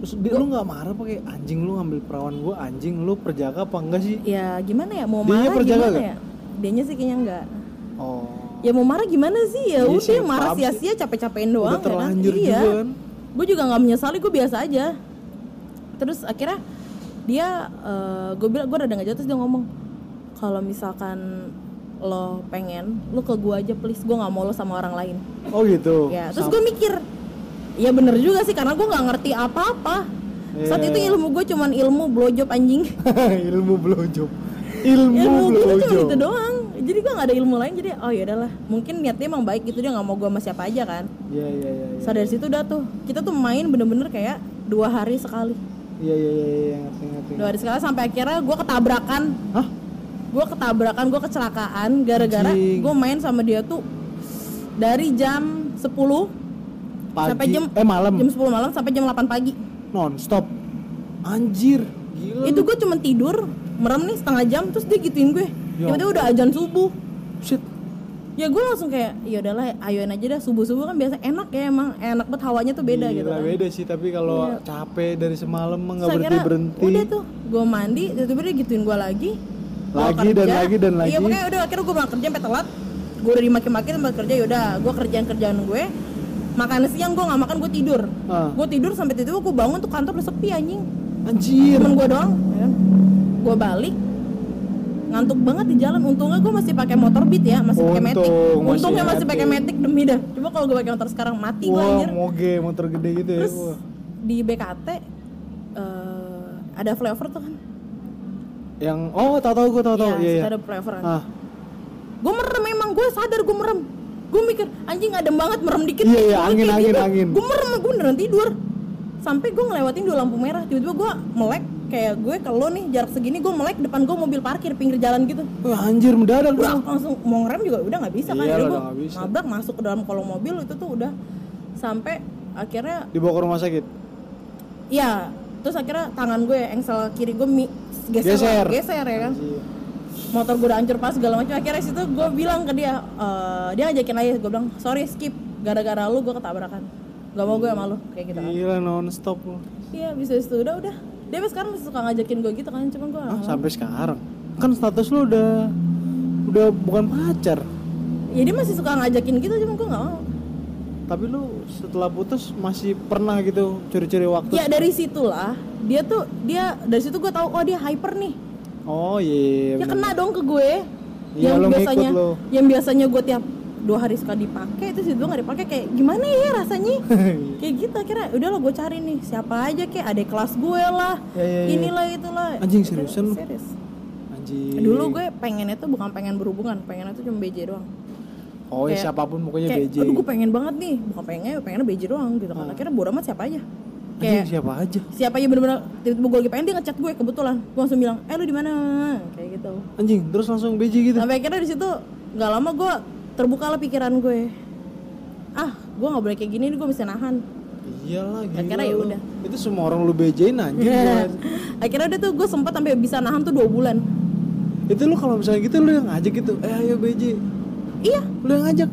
B: Terus dia, lu nggak marah pakai anjing lu ngambil perawan gue anjing lu perjaka apa enggak sih?
C: ya gimana ya mau
B: Dia
C: marah
B: perjaga
C: gimana
B: nggak?
C: ya dianya sih kayaknya enggak
B: Oh.
C: ya mau marah gimana sih ya
B: Iya sih,
C: udah marah
B: paham
C: sia-sia capek-capein doang
B: Udah terlanjur
C: ya
B: juga kan.
C: gue juga nggak menyesali gue biasa aja terus akhirnya dia gue bilang gue rada nggak jauh terus dia ngomong kalau misalkan lo pengen lo ke gue aja please gue nggak mau lo sama orang lain
B: Oh gitu.
C: ya terus
B: Sam-
C: gue mikir ya bener juga sih karena gue nggak ngerti apa-apa saat
B: Iya.
C: itu ilmu gue cuman ilmu blowjob anjing
B: ilmu blowjob. *laughs* Ilmu,
C: ilmu gue tuh cuma
B: blowjob.
C: itu doang jadi gue nggak ada ilmu lain jadi oh ya udahlah mungkin niatnya emang baik gitu dia nggak mau gue sama siapa aja kan
B: Iya iya iya. iya.
C: so dari situ udah tuh kita tuh main bener-bener kayak dua hari sekali
B: Iya iya iya iya ngerti ngerti.
C: dua hari sekali sampai akhirnya gue ketabrakan
B: Hah?
C: gue ketabrakan gue kecelakaan gara-gara
B: Anjing.
C: gue main sama dia tuh dari jam 10
B: Pagi.
C: sampai jam
B: eh malam
C: jam 10 malam sampai jam 8 pagi
B: non stop. Anjir, gila.
C: itu gue cuman tidur merem nih setengah jam terus dia gituin gue
B: Ya
C: tiba-tiba udah ajan subuh
B: Shit.
C: ya gue langsung kayak ya udahlah ayoin aja dah subuh subuh kan biasa enak ya emang enak banget hawanya tuh beda
B: Gila,
C: gitu kan
B: Beda sih, tapi kalau capek dari semalam
C: Terus
B: nggak berhenti
C: akhirnya
B: berhenti.
C: udah tuh gue mandi tiba-tiba dia gituin gue lagi Gua
B: Lagi dan lagi dan lagi.
C: iya pokoknya udah akhirnya gue pulang kerja sampai telat gue udah dimaki-maki tempat kerja ya yaudah gue kerjaan kerjaan gue makan siang gue nggak makan gue tidur
B: Ah.
C: gue tidur sampai tiba-tiba gue bangun tuh kantor udah sepi anjing
B: Anjir.
C: temen gue doang ya kan gue balik ngantuk banget di jalan untungnya gue masih pakai motor beat ya masih pakai
B: Untung,
C: matic
B: masih
C: untungnya masih pakai
B: matic.
C: matic demi dah coba kalau gue pakai motor sekarang mati gue
B: Wah, ya
C: anjir
B: moge motor gede gitu ya.
C: terus
B: Wah.
C: di BKT eh, ada flyover tuh kan
B: Yang oh, tahu tahu gua tahu tahu. Iya.
C: situ
B: iya.
C: ada flyover kan
B: Ah.
C: gue merem memang gue sadar gue merem gue mikir anjing adem banget merem dikit
B: Iya, iya, angin, angin, angin.
C: gue merem gue beneran tidur sampai gue ngelewatin dua lampu merah tiba-tiba gue melek kayak gue kalau nih jarak segini gue melek depan gue mobil parkir pinggir jalan gitu
B: Wah, anjir mendadak
C: udah
B: dong.
C: langsung mau ngerem juga udah nggak bisa kan
B: Iya,
C: Jadi
B: udah
C: gua
B: nggak bisa.
C: nabrak masuk ke dalam kolong mobil itu tuh udah sampai akhirnya
B: Dibawa ke rumah sakit.
C: ya terus akhirnya tangan gue engsel kiri gue mi, geser
B: Geser.
C: geser ya kan
B: Anjir.
C: motor gue udah hancur pas segala macam akhirnya situ gue bilang ke dia eh, dia ngajakin aja gue bilang sorry skip gara-gara lu gue ketabrakan gak mau gue sama lu kayak gitu kan
B: Gila nonstop lu.
C: iya bisa itu udah udah dia sampai sekarang masih suka ngajakin gue gitu kan cuman gue
B: Ah, sampai sekarang. Kan status lu udah udah bukan pacar.
C: ya dia masih suka ngajakin gitu cuman gue gak mau
B: Tapi lu setelah putus masih pernah gitu curi-curi waktu.
C: ya dari situlah dia tuh dia dari situ gue tahu oh dia hyper nih
B: Oh iya.
C: ya
B: bener.
C: kena dong ke gue
B: Iya, lo ngikut
C: biasanya
B: lo.
C: yang biasanya gue tiap dua hari sekali dipakai terus itu nggak dipakai kayak gimana ya
B: *laughs*
C: rasanya kayak gitu akhirnya udah lo gue cari nih siapa aja kayak ada kelas gue lah
B: Ya, ya, ya.
C: inilah itulah
B: Anjing, seriusan Iya. lo?
C: serius
B: Anjir.
C: dulu gue pengennya tuh bukan pengen berhubungan pengennya tuh cuma BJ doang
B: Oh ya
C: kayak-
B: siapapun pokoknya
C: kayak
B: BJ.
C: aduh gue pengen banget nih bukan pengennya pengennya BJ doang gitu kan akhirnya bodo amat siapa aja
B: Ah. Anjing,
C: kayak
B: siapa aja.
C: siapa aja bener-bener tiba-tiba gue lagi pengen dia ngechat gue kebetulan gue langsung bilang eh lu di mana kayak gitu
B: Anjing, terus langsung BJ gitu.
C: sampai akhirnya di situ nggak lama gue terbuka lah pikiran gue ah gue nggak boleh kayak gini gue bisa nahan
B: Iyalah gila.
C: Akhirnya ya
B: lu.
C: udah. Iya.
B: Itu semua orang lu BJ-in anjing. Mas.
C: *laughs* akhirnya udah tuh gue sempat sampai bisa nahan tuh dua bulan
B: Itu lu kalau misalnya gitu lu yang ngajak gitu. Eh ayo BJ.
C: iya
B: Lu yang ngajak.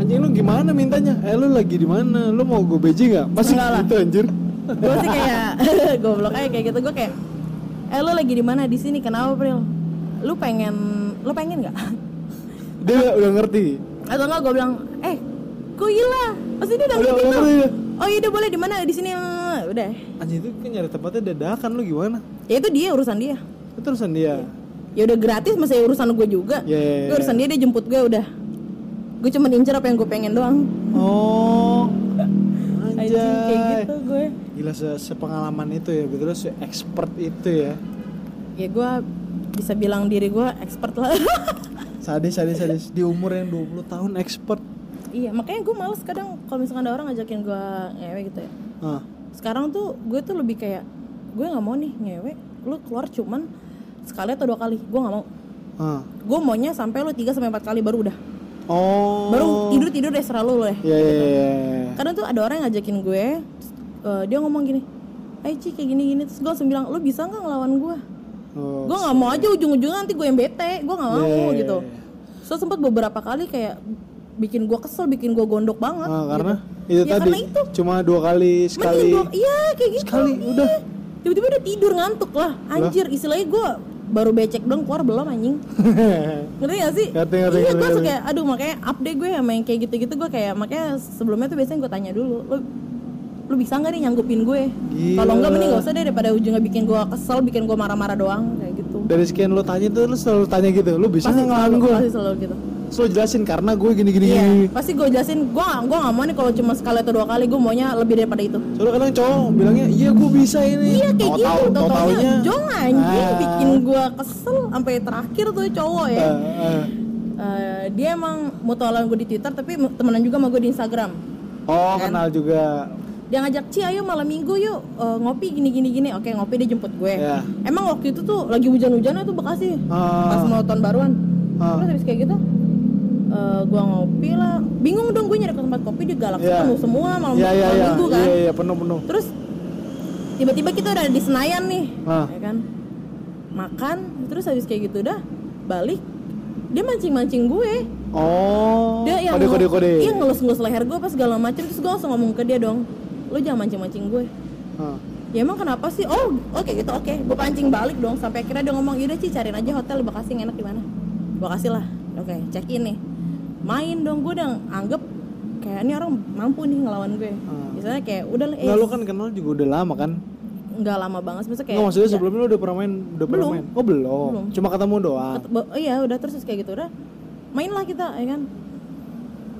B: Anjing lu gimana mintanya? Eh lu lagi di mana? Lu mau gue BJ nggak? Masih
C: Enggak lah.
B: gitu
C: *laughs*
B: anjir.
C: gue sih kayak *laughs* goblok aja kayak gitu gue kayak eh lu lagi di mana di sini kenapa Pril lu pengen lu pengen nggak *laughs*
B: Dia udah- udah ngerti.
C: atau enggak gue bilang eh gue gila pasti dia udah
B: Udah
C: ngerti
B: udah
C: tuh
B: ngerti. dia.
C: oh iya udah boleh di mana di sini udah
B: Anjing itu kan nyari tempatnya dadakan lu gimana?
C: ya itu dia urusan dia
B: Terusan dia.
C: ya udah gratis masa ya urusan gue juga
B: Iya, iya,
C: Gua urusan dia dia jemput gue udah gue cuma incer apa yang gue pengen doang
B: Oh.
C: *laughs* Anjing, kayak
B: Anjay.
C: gitu gue
B: Gila se sepengalaman itu ya, betul se expert itu ya.
C: ya gue bisa bilang diri gue expert lah *laughs*
B: Sadis, sadis, sadis. Di umur yang 20 tahun expert.
C: iya makanya gue males kadang kalau misalkan ada orang ngajakin gue ngewe gitu ya
B: Ah,
C: sekarang tuh gue tuh lebih kayak gue nggak mau nih ngewe lu keluar cuman sekali atau dua kali gue nggak mau
B: ah.
C: gue maunya sampai lu tiga sampai empat kali baru udah
B: Oh.
C: baru gitu. tidur tidur deh serah lu deh
B: Ya, ya, ya, ya.
C: kadang tuh ada orang yang ngajakin gue terus, eh, dia ngomong gini eh Ci kayak gini gini terus gue langsung bilang lu bisa nggak ngelawan gue
B: Oh.
C: gue nggak mau aja ujung-ujungnya nanti gue yang bete gue nggak mau
B: Yeah.
C: gitu
B: iya.
C: so sempat beberapa kali kayak bikin gue kesel bikin gue gondok banget
B: Ah, karena
C: gitu.
B: itu
C: Ya,
B: tadi
C: karena itu.
B: cuma dua kali
C: Mending
B: sekali.
C: gua- iya kayak gitu
B: Sekali,
C: iya.
B: udah.
C: tiba-tiba udah tidur ngantuk lah anjir istilahnya gue baru becek doang keluar belum anjing ngerti gak sih?
B: Ngerti, ngerti,
C: iya
B: ngerti,
C: gue
B: ngerti.
C: kayak aduh makanya update gue sama yang kayak gitu-gitu gue kayak makanya sebelumnya tuh biasanya gue tanya dulu lu lu bisa nggak nih nyanggupin gue
B: Gila.
C: kalau enggak mending gak usah deh daripada ujungnya bikin gue kesel bikin gue marah-marah doang kayak gitu
B: *laughs* dari sekian lo tanya tuh lo selalu tanya gitu lo bisa nggak ngalahin
C: selalu-
B: gue
C: pasti selalu gitu
B: lo jelasin karena gue gini gini
C: iya
B: gini
C: pasti gue jelasin gue gua nggak mau nih kalau cuma sekali atau dua kali gue maunya lebih daripada itu
B: soalnya kadang cowok bilangnya iya gue bisa ini
C: Iya kayak gitu,
B: tau
C: totalnya
B: taunya
C: jong anjing
B: Ah.
C: bikin gua kesel sampai terakhir tuh cowok ya.
B: Eh, eh.
C: Eh, dia emang mutualan gue di Twitter tapi temenan juga sama gue di Instagram.
B: oh
C: Kan?
B: kenal juga
C: Dia ngajak Ci ayo malam minggu yuk eh, ngopi gini gini gini. Oke ngopi dia jemput gue.
B: Iya.
C: Emang waktu itu tuh lagi hujan-hujannya tuh Bekasi.
B: Ah.
C: Pas mau tahun baruan.
B: Ah.
C: Terus habis kayak gitu eh, gua ngopi lah. Bingung dong gue nyari ke tempat kopi di Galaksi
B: Iya.
C: penuh semua malam,
B: iya iya
C: malam
B: iya
C: minggu kan.
B: iya iya penuh penuh
C: Terus tiba-tiba kita udah ada di Senayan nih,
B: Ah.
C: ya kan? Makan, terus habis kayak gitu dah balik dia mancing-mancing gue.
B: oh
C: Dia yang
B: kode kode kode
C: Iya ngelus-ngelus leher gue pas segala macem terus gue langsung ngomong ke dia dong, lu jangan mancing-mancing gue.
B: Ah.
C: Ya emang kenapa sih? Oh, oke gitu, oke. Gue pancing balik dong sampai akhirnya dia ngomong, "Yaudah Ci, cariin aja hotel di Bekasi yang enak di mana." Bekasi lah. Oke, check in nih. Main dong gue udah anggap kayak ini orang mampu nih ngelawan gue.
B: Ah.
C: Misalnya kayak udah lah, eh,
B: Nah, lo kan kenal juga udah lama kan?
C: nggak lama banget maksudnya
B: Nggak,
C: kayak
B: maksudnya
C: nggak-
B: sebelumnya lo udah pernah main, udah pernah
C: Belum.
B: main. Oh, belum.
C: Belum.
B: Cuma ketemu doang.
C: Ket- bo- oh iya udah terus terus kayak gitu udah mainlah kita ya kan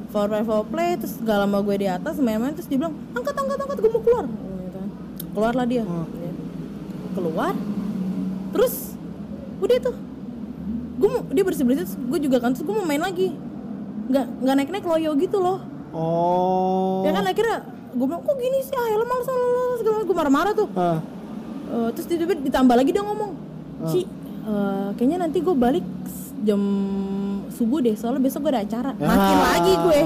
C: for play for play terus gak lama gue di atas main-main terus dibilang angkat angkat angkat gue mau keluar gitu kan. keluarlah dia Ya. keluar terus udah tuh gue mau- dia bersih bersih terus gue juga kan terus gue mau main lagi nggak nggak naik naik loyo gitu loh
B: Oh.
C: ya kan akhirnya gue bilang kok gini sih ah ya lo males males, segala gue marah-marah tuh
B: Ah.
C: Eh, terus tiba-tiba ditambah lagi dia ngomong, Ci, eh, kayaknya nanti gue balik s- jam subuh deh, soalnya besok gue ada acara. Makin
B: Ah.
C: lagi gue,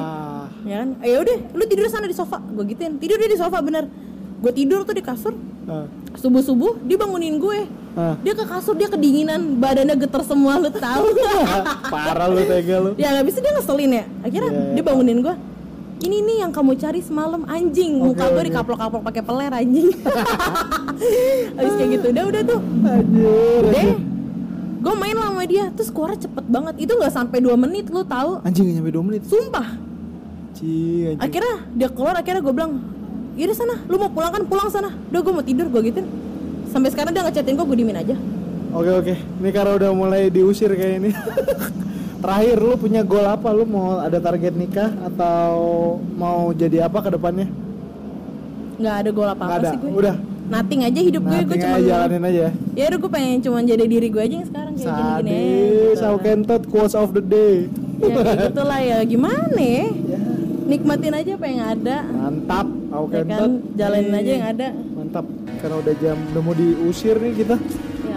C: ya kan? Eh, udah, lu tidur sana di sofa, gue gituin. Tidur dia di sofa bener. Gue tidur tuh di kasur,
B: Ah.
C: subuh subuh dia bangunin gue.
B: Ah. *laughs*
C: Dia ke kasur dia kedinginan, badannya geter semua lu tahu.
B: Parah lo tega lo.
C: ya nggak bisa dia ngeselin ya. Akhirnya
B: Iya,
C: dia bangunin gue. Ini nih yang kamu cari semalam anjing, muka gue dikaplok-kaplok pakai peler
B: *laughs*
C: anjing. Habis kayak gitu, udah udah tuh
B: Anjir.
C: deh gue main lah sama dia terus keluar cepet banget itu nggak sampai dua menit lu tahu
B: Anjing nyampe 2 menit.
C: sumpah
B: Ci, anjing.
C: akhirnya dia keluar akhirnya gue bilang yaudah sana lu mau pulang kan pulang sana udah gue mau tidur gue gituin sampai sekarang dia ngechatin gue gue dimin aja
B: Oke, oke. Ini karena udah mulai diusir kayak ini. *laughs* Terakhir lu punya goal apa? Lu mau ada target nikah atau mau jadi apa ke depannya?
C: nggak ada gol apa
B: Nggak
C: apa
B: ada.
C: sih gue
B: Udah.
C: nothing aja hidup gue gue
B: Nanti
C: cuma
B: aja Nah, jalanin aja.
C: ya udah gue pengen cuma jadi diri gue aja yang sekarang kayak gini gini
B: Sadis, Saul Kentot, quotes of the day.
C: ya kayak gitulah ya gimana ya nikmatin aja apa yang ada
B: Mantap, Saul
C: ya
B: Kentot.
C: kan jalanin aja yang ada
B: Mantap, karena udah jam udah mau diusir nih kita.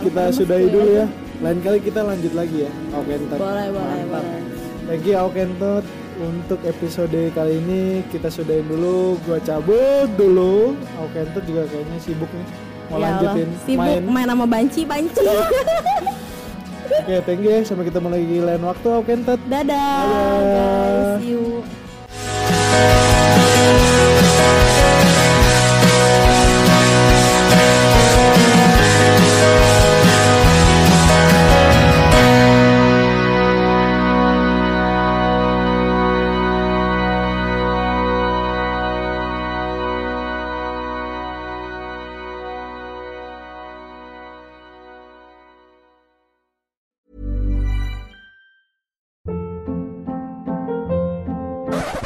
B: kita
C: ampun,
B: sudahi
C: mas,
B: dulu
C: ya.
B: ya. Lain kali kita lanjut lagi ya, Aukentot.
C: boleh boleh
B: Mantap.
C: boleh
B: Thank you Aukentot. Untuk episode kali ini kita sudahin dulu, gua cabut dulu. Aukentot juga kayaknya sibuk nih. Mau
C: Ya Allah,
B: lanjutin
C: sibuk main. sama banci banci
B: Oke, thank you ya. Sampai ketemu lagi lain waktu Aukentot.
C: *laughs* dadah guys see you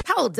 D: Hold